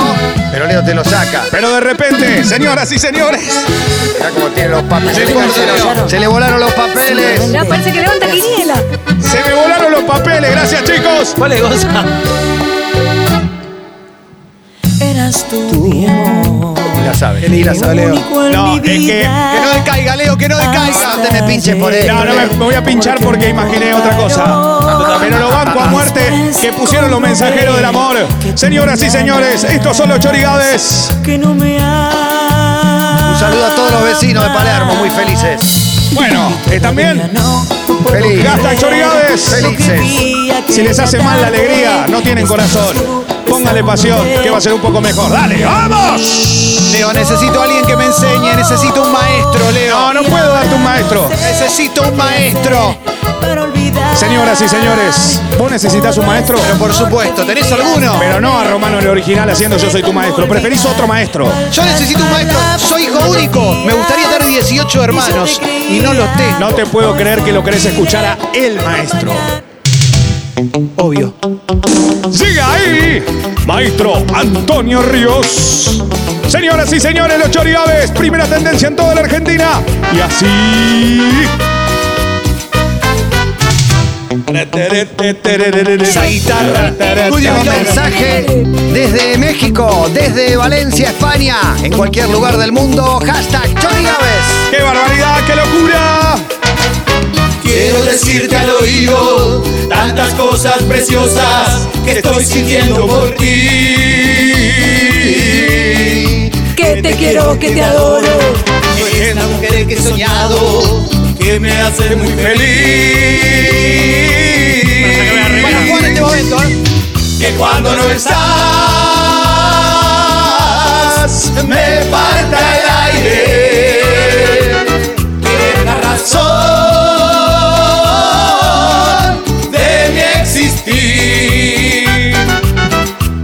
Pero Leo te lo saca.
Pero de repente, señoras y señores,
Mirá cómo tiene los papeles.
Se
Se,
le volaron.
le volaron los papeles.
No, parece que levanta quiniela.
se me volaron los papeles. Gracias, chicos.
¿Cuál es, Gonza?
Eras tú mi amor.
Y la sabe. Y la sabe.
Único en
No,
mi
es que-
vida.
Que no decaiga, Leo, que no decaiga.
No te me pinches por él.
No, no me, me voy a pinchar porque imaginé otra cosa. Pero lo banco a muerte que pusieron los mensajeros del amor. Señoras y señores, estos son los chorigades.
Que no me
Un saludo a todos los vecinos de Palermo, muy felices.
Bueno, ¿están bien?
Felices.
Gastan chorigades.
Felices.
Si les hace mal la alegría, no tienen corazón. Póngale pasión, que va a ser un poco mejor. ¡Dale, vamos!
Leo, necesito a alguien que me enseñe. Necesito un maestro, Leo.
No, no puedo darte un maestro.
Necesito un maestro.
Señoras y señores, ¿vos necesitas un maestro?
Pero por supuesto, ¿tenés alguno?
Pero no a Romano el original haciendo yo soy tu maestro. Preferís otro maestro.
Yo necesito un maestro. Soy hijo único. Me gustaría tener 18 hermanos y no los tengo.
No te puedo creer que lo querés escuchar a el maestro.
Obvio.
Llega ahí, maestro Antonio Ríos. Señoras y señores, los chorigaves, primera tendencia en toda la Argentina. Y así.
Esa guitarra. Julio
Un
Villar.
mensaje desde México, desde Valencia, España, en cualquier lugar del mundo. Hashtag Johnny Gaves.
¡Qué barbaridad, qué locura!
Quiero cosas preciosas que estoy sintiendo por ti.
Que te quiero, que te adoro.
Eres la mujer que he soñado, que me hace muy feliz. Para Juan en este momento, Que cuando no estás, me falta el aire. Que es la razón de mi existir.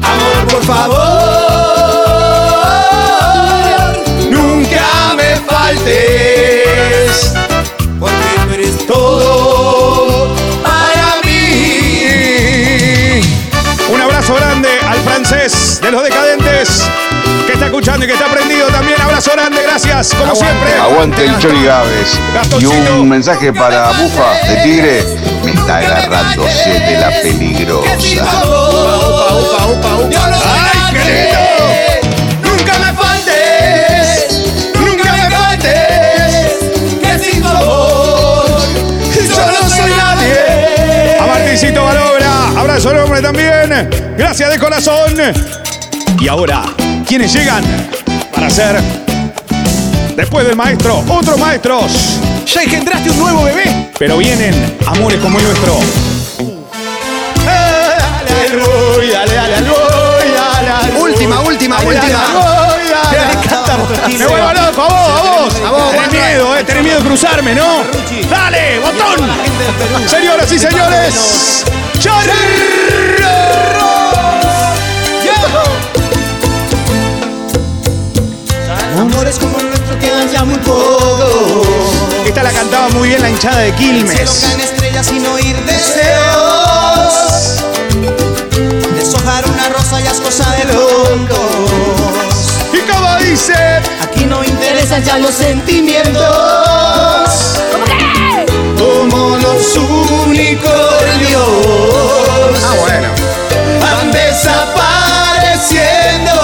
Amor, por favor, nunca me faltes, porque tú eres todo para mí.
Un abrazo grande al francés de los decadentes que está escuchando y que está aprendido también. Abrazo grande, gracias, como siempre.
Aguante el Chori Gávez. Y un mensaje para Bufa de Tigre. Me está agarrándose de la peligrosa.
¡Ay, qué lindo! Nunca me faltes, nunca me faltes, que sin tu amor yo no soy nadie.
A Martincito Valobra, abrazo enorme también. Gracias de corazón. Y ahora, quienes llegan para ser, después del maestro, otros maestros.
Ya engendraste un nuevo bebé.
Pero vienen amores como el nuestro.
Dale, Roy, dale, dale, Roy, dale, dale.
Última, última,
Dale,
última.
dale, Roy, dale, dale.
Me vuelvo loco, a vos, a vos.
A vos,
Tenés
Juan.
miedo, eh, tenés miedo de cruzarme, ¿no? Dale, botón. Señoras y señores,
Amores como el nuestro quedan ya muy pocos.
Esta la cantaba muy bien la hinchada de
Se
Quilmes.
logran estrellas sin oír deseos. Deshojar una rosa ya es cosa de locos.
Y como dice,
aquí no interesan ya los sentimientos. Como los unicornios.
Ah, bueno.
Van desapareciendo.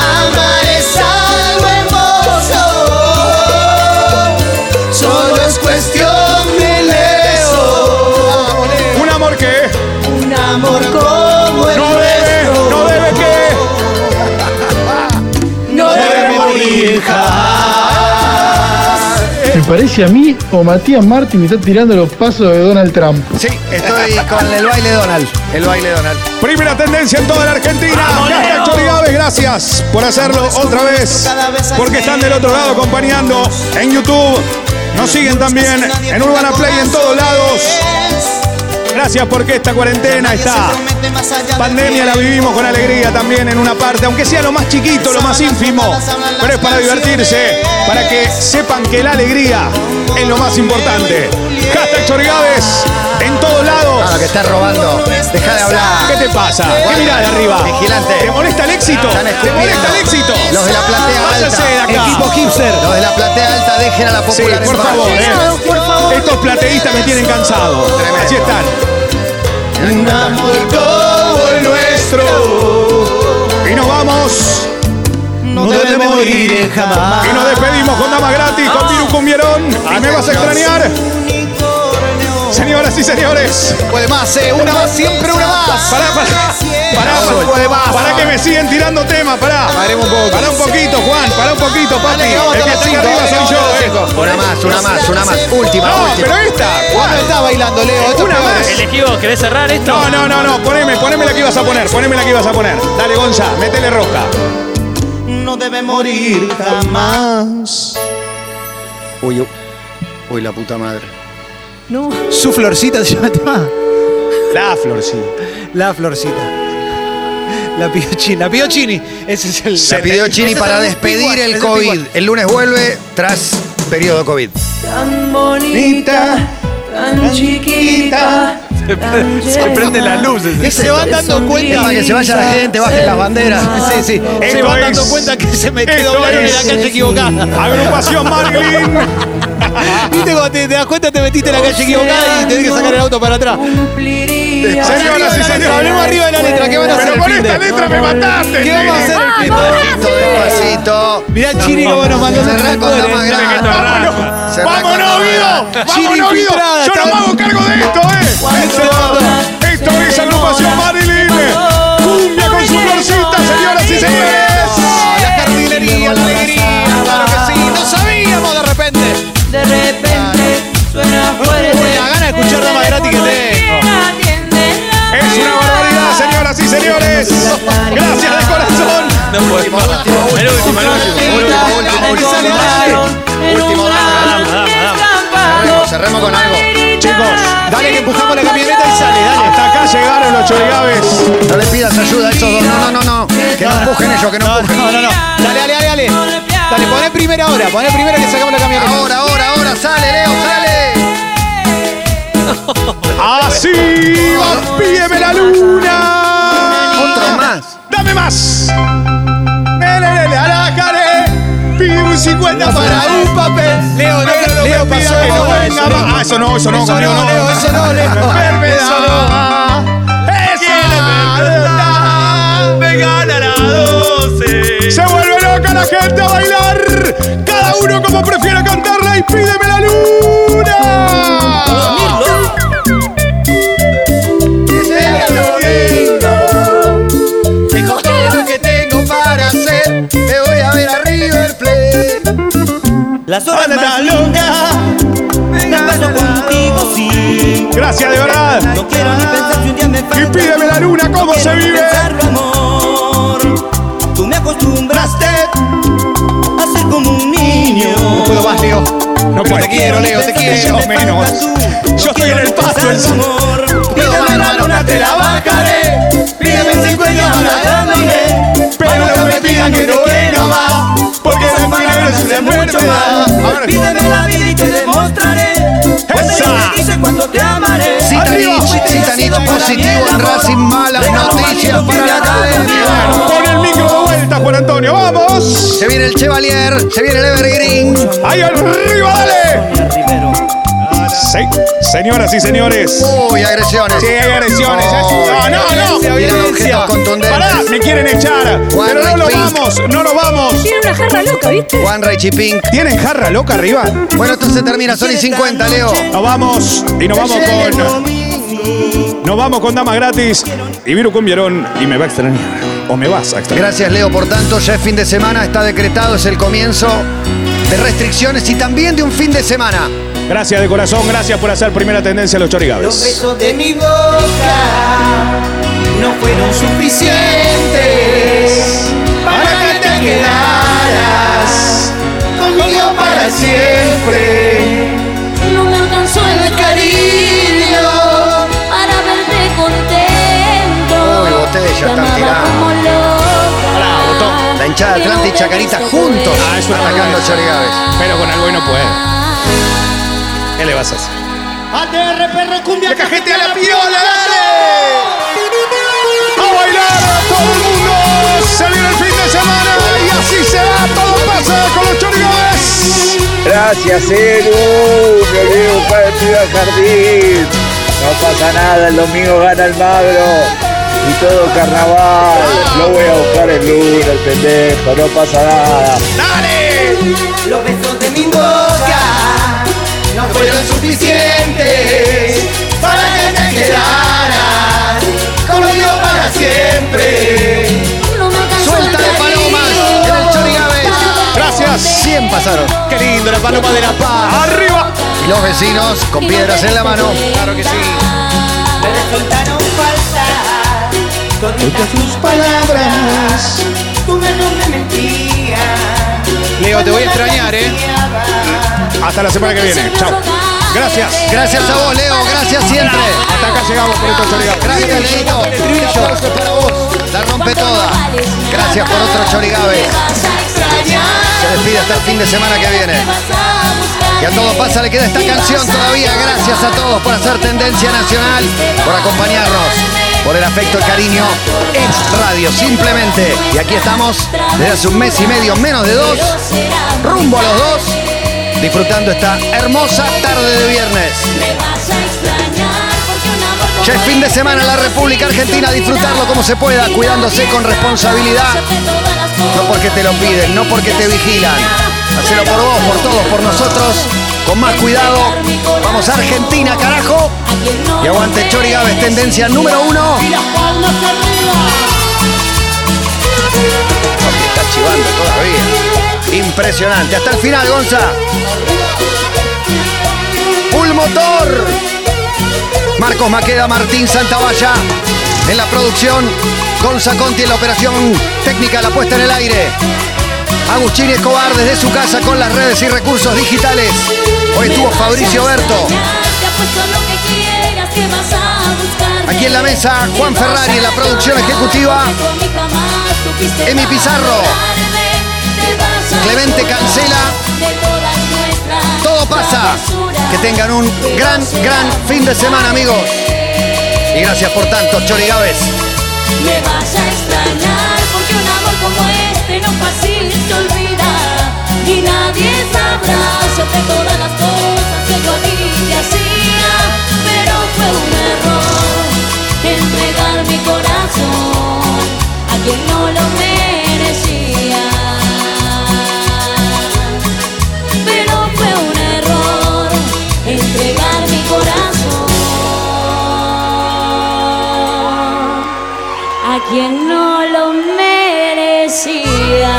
Amar es algo hermoso. Solo es cuestión de lejos.
Un amor que
Un amor como el
no debe,
nuestro.
no debe que.
No debe morir
Me parece a mí o Matías Martín me está tirando los pasos de Donald Trump.
Sí, estoy con el baile Donald. El baile Donald.
Primera tendencia en toda la Argentina. Hashtag Chori Gávez, gracias por hacerlo otra vez. Porque están del otro lado acompañando en YouTube. Nos siguen también en Urbana Play en todos lados. Gracias porque esta cuarentena está. Pandemia la vivimos con alegría también en una parte, aunque sea lo más chiquito, lo más ínfimo. Pero es para divertirse, para que sepan que la alegría es lo más importante. Hashtag Chori Gávez en todos lados.
Claro, Ah, que estás robando. Deja de hablar.
¿Qué te pasa? ¿Qué mirás de arriba?
Vigilante.
¿Te molesta el éxito?
Están
¿Te
escupiendo.
molesta el éxito?
Los de la platea
Váyanse de
alta.
acá.
Los de la platea alta dejen a la
Sí,
popular
por
en paz.
favor, eh. Estos plateístas me tienen cansado. Así están.
Un amor como el nuestro
Y nos vamos.
no debe morir jamás.
Y nos despedimos con Dama Gratis, con Viru Cumbierón. ¿Y me vas a extrañar? Señoras y señores.
Puede más, eh. Una más, siempre una más.
Pará, pará. Pará,
Vamos, puede más.
pará que me siguen tirando temas, pará.
Paremos un poco.
Pará un poquito, Juan, pará un poquito, papi.
Dale, vamos
El que
hasta
está acá
las cinco,
arriba
dale,
soy
vamos
yo,
hasta las
eh.
cinco. Una más, una más, una más. Última,
No,
última.
pero esta. Juan.
estás bailando, Leo? Esto
Una
es peor,
más.
eh.
Elegí ¿querés cerrar esto?
No, no, no, no, poneme, poneme la que ibas a poner, poneme la que ibas a poner. Dale, Gonza, métele roja.
No debe morir jamás.
Uy, uy. uy, la puta madre.
No. Su florcita se llama el tema.
La florcita.
La florcita. La piochini. La piochini. Ese es el.
Se pidió Chini
Ese
para
es
despedir
pigual,
el
es
COVID.
pigual.
El lunes vuelve tras periodo COVID.
Tan bonita, tan chiquita. tan llena.
Se van dando cuenta.
para que se vaya la gente, bajen las banderas.
Sí, sí. Se
Esto
van
es-
dando cuenta que se metió
esto
doblaron en
es-
la calle equivocada. Ah,
Agrupación Marlin.
Viste cuando te, te das cuenta te metiste en la calle equivocada y tenés que sacar el auto para atrás.
Cumpliría
Señoras y señores, hablemos arriba de la letra. ¿Qué van a hacer?
Pero con esta letra me mataste.
¿Qué vamos a hacer el fin
Despacito, despacito.
Mirá el Chiri cómo nos mandó sus
Cerrá con la más
factores.
grande. Cerrá con la
¡Vámonos,
más
Guido!
grande.
¡Vámonos, Guido!
infiltrada,
¡Yo no me
está-
hago cargo de esto, eh! Esto- Esto es agrupación Marilyn. ¡Cumbia con su florcita, señoras y señores!
La jardinería, la alegría, claro que sí. No sabíamos de repente. De repente suena fuerte. La gana de escuchar la más gratis que tengo.
¡Es una barbaridad, señoras y señores! ¡Gracias de corazón!
No puedo. Último, último, último. Último, último. Último,
Cerremos, cerremos con algo.
Chicos, dale que empujamos la camioneta y sale, dale. Hasta acá llegaron los chorigaves.
No le pidas ayuda a esos dos. No, no, no, no. Que no empujen ellos, que no empujen.
No, no, no.
Dale, dale, dale, dale. Dale, poné primera hora, poné primera que sacamos la camioneta.
Ahora, ahora, ahora. Sale, Leo, sale.
Así va, pídeme la luna.
Otro más.
Dame más. Nele, nele, a la care. Pide un 50 para un papel.
Leo, no,
Pero
Leo
que pida
pasó de
no
moda,
venga
eso no.
más. Ah, eso no, eso no,
Eso
conmigo
no, Leo, eso no, Leo.
Perverso no va. Esa me gana la 12. Se vuelve loca la gente a bailar. Cada uno como prefiere cantarla y pídeme la luna.
Dijo todo lo que tengo para hacer. Me voy a ver a River Plate.
Las horas más
Venga, paso contigo, sí.
Gracias de verdad.
No quiero ni pensar si un día me
Y pídeme la luna, ¿cómo se vive?
Tú me acostumbraste a ser como un niño. No puedo más, Leo.
No
Pero
puedo.
Te quiero, Leo, te quiero.
Yo menos. Yo estoy en el pasto.
Pensar tu amor. Pídeme la luna, te la bajaré. Pídeme 50 abrazándome. Pero no me pidan que no quiero más. Porque soy milagro se mucho más. Pídeme la vida y te demostraré. Cuánto yo te quise, cuánto te amaré.
Citanich,
Hoy te he sido
Citanich
para mí
positivo
el
en
amor.
Racing. Malas
Regalo
noticias
maldito
para la academia.
Pon el micro de vuelta, Juan Antonio. ¡Vamos!
Se viene el Chevalier, se viene el Evergreen.
¡Ahí arriba, dale! Sí, señoras y señores.
Uy, agresiones.
Sí, hay agresiones. ¿eh? No, no,
Uy,
no.
violencia,
Violencia.
objetos contundentes.
Pará, me quieren echar.
Juan
Pero no
Ray
nos
Pink.
vamos, no nos vamos.
Tiene una jarra loca, ¿viste?
Juan Raichi Pink.
¿Tienen jarra loca arriba?
Bueno, esto se termina. Son y 50, Leo.
Nos vamos y nos vamos con. Nos vamos con Damas Gratis y Viru Cumbierón y me va a extrañar. O me vas a extrañar.
Gracias, Leo. Por tanto, ya es fin de semana. Está decretado, es el comienzo de restricciones y también de un fin de semana.
Gracias de corazón, gracias por hacer primera tendencia a los
Los
chorigaves.
besos de mi boca no fueron suficientes para que te quedaras conmigo para siempre.
No me alcanzó el cariño para verte contento.
Uy, botellas
Te
están
amaba
tiradas.
como loca.
La hinchada Atlanta y Chacarita juntos
Ah,
atacando a Chorigaves.
Pero con el boy no puede. ¿Qué le vas a hacer?
ATR perro cumbia cajete a la piola,
¡A bailar todo el mundo! ¡Se viene el fin de semana! ¡Y así será! ¡Todo pasa con los chorigaves!
Gracias, Eru. Me veo para el pibe al jardín. No pasa nada, el domingo gana el magro. Y todo carnaval. Lo voy a buscar el lunes, el pendejo. No pasa nada.
Los besos de mi boca no fueron suficientes para que te quedaras conmigo para siempre.
No me alcanzó
Suelta
el
de palomas en el Chorigaves.
Gracias.
100 pasaron.
Qué lindo, la paloma de la paz.
¡Arriba!
Y los vecinos con piedras en la mano.
Claro que sí. Me resultaron falsas todas tus palabras. Tu mano me mentía. Leo, te voy a extrañar, ¿eh?
Hasta la semana que viene. Chao. Gracias.
Gracias a vos, Leo. Gracias siempre.
Hasta acá llegamos con estos chorigaves.
Gracias, Leito. Un aplauso para vos. La rompe toda. Gracias por otro Chorigaves. Se despide hasta el fin de semana que viene. Y a todo pasa, le queda esta canción todavía. Gracias a todos por hacer tendencia nacional, por acompañarnos, por el afecto, el cariño. Ex Radio, simplemente. Y aquí estamos desde hace un mes y medio, menos de dos, rumbo a los dos, disfrutando esta hermosa tarde de viernes.
Me vas a extrañar porque un amor
Ya es fin de semana en la República Argentina, disfrutarlo como se pueda, cuidándose con responsabilidad. No porque te lo piden, no porque te vigilan. Hacelo por vos, por todos, por nosotros. Con más cuidado, vamos a Argentina, carajo. Y aguante Chori Gávez, tendencia número uno. Porque está chivando todavía. Impresionante. Hasta el final, Gonza. Pulmotor. Marcos Maqueda, Martín Santavalla en la producción. Gonza Conti en la operación técnica, la puesta en el aire. Agustín Escobar desde su casa con las redes y recursos digitales. Hoy estuvo Fabricio Berto. Aquí en la mesa, Juan Ferrari en la producción ejecutiva. Emi Pizarro. Clemente Cancela. Todo pasa. Que tengan un gran, gran fin de semana, amigos. Y gracias por tanto, Chorigaves.
Me vas a extrañar porque un amor como este no fácil se olvida y nadie sabrá sobre todas las cosas que yo a ti te hacía, pero fue un error entregar mi corazón a quien no lo merecía. Pero fue un error entregar mi corazón a quien no lo merecía.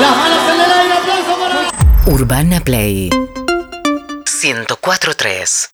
Las manos en el aire, aplauso para...
Urbana Play 104.3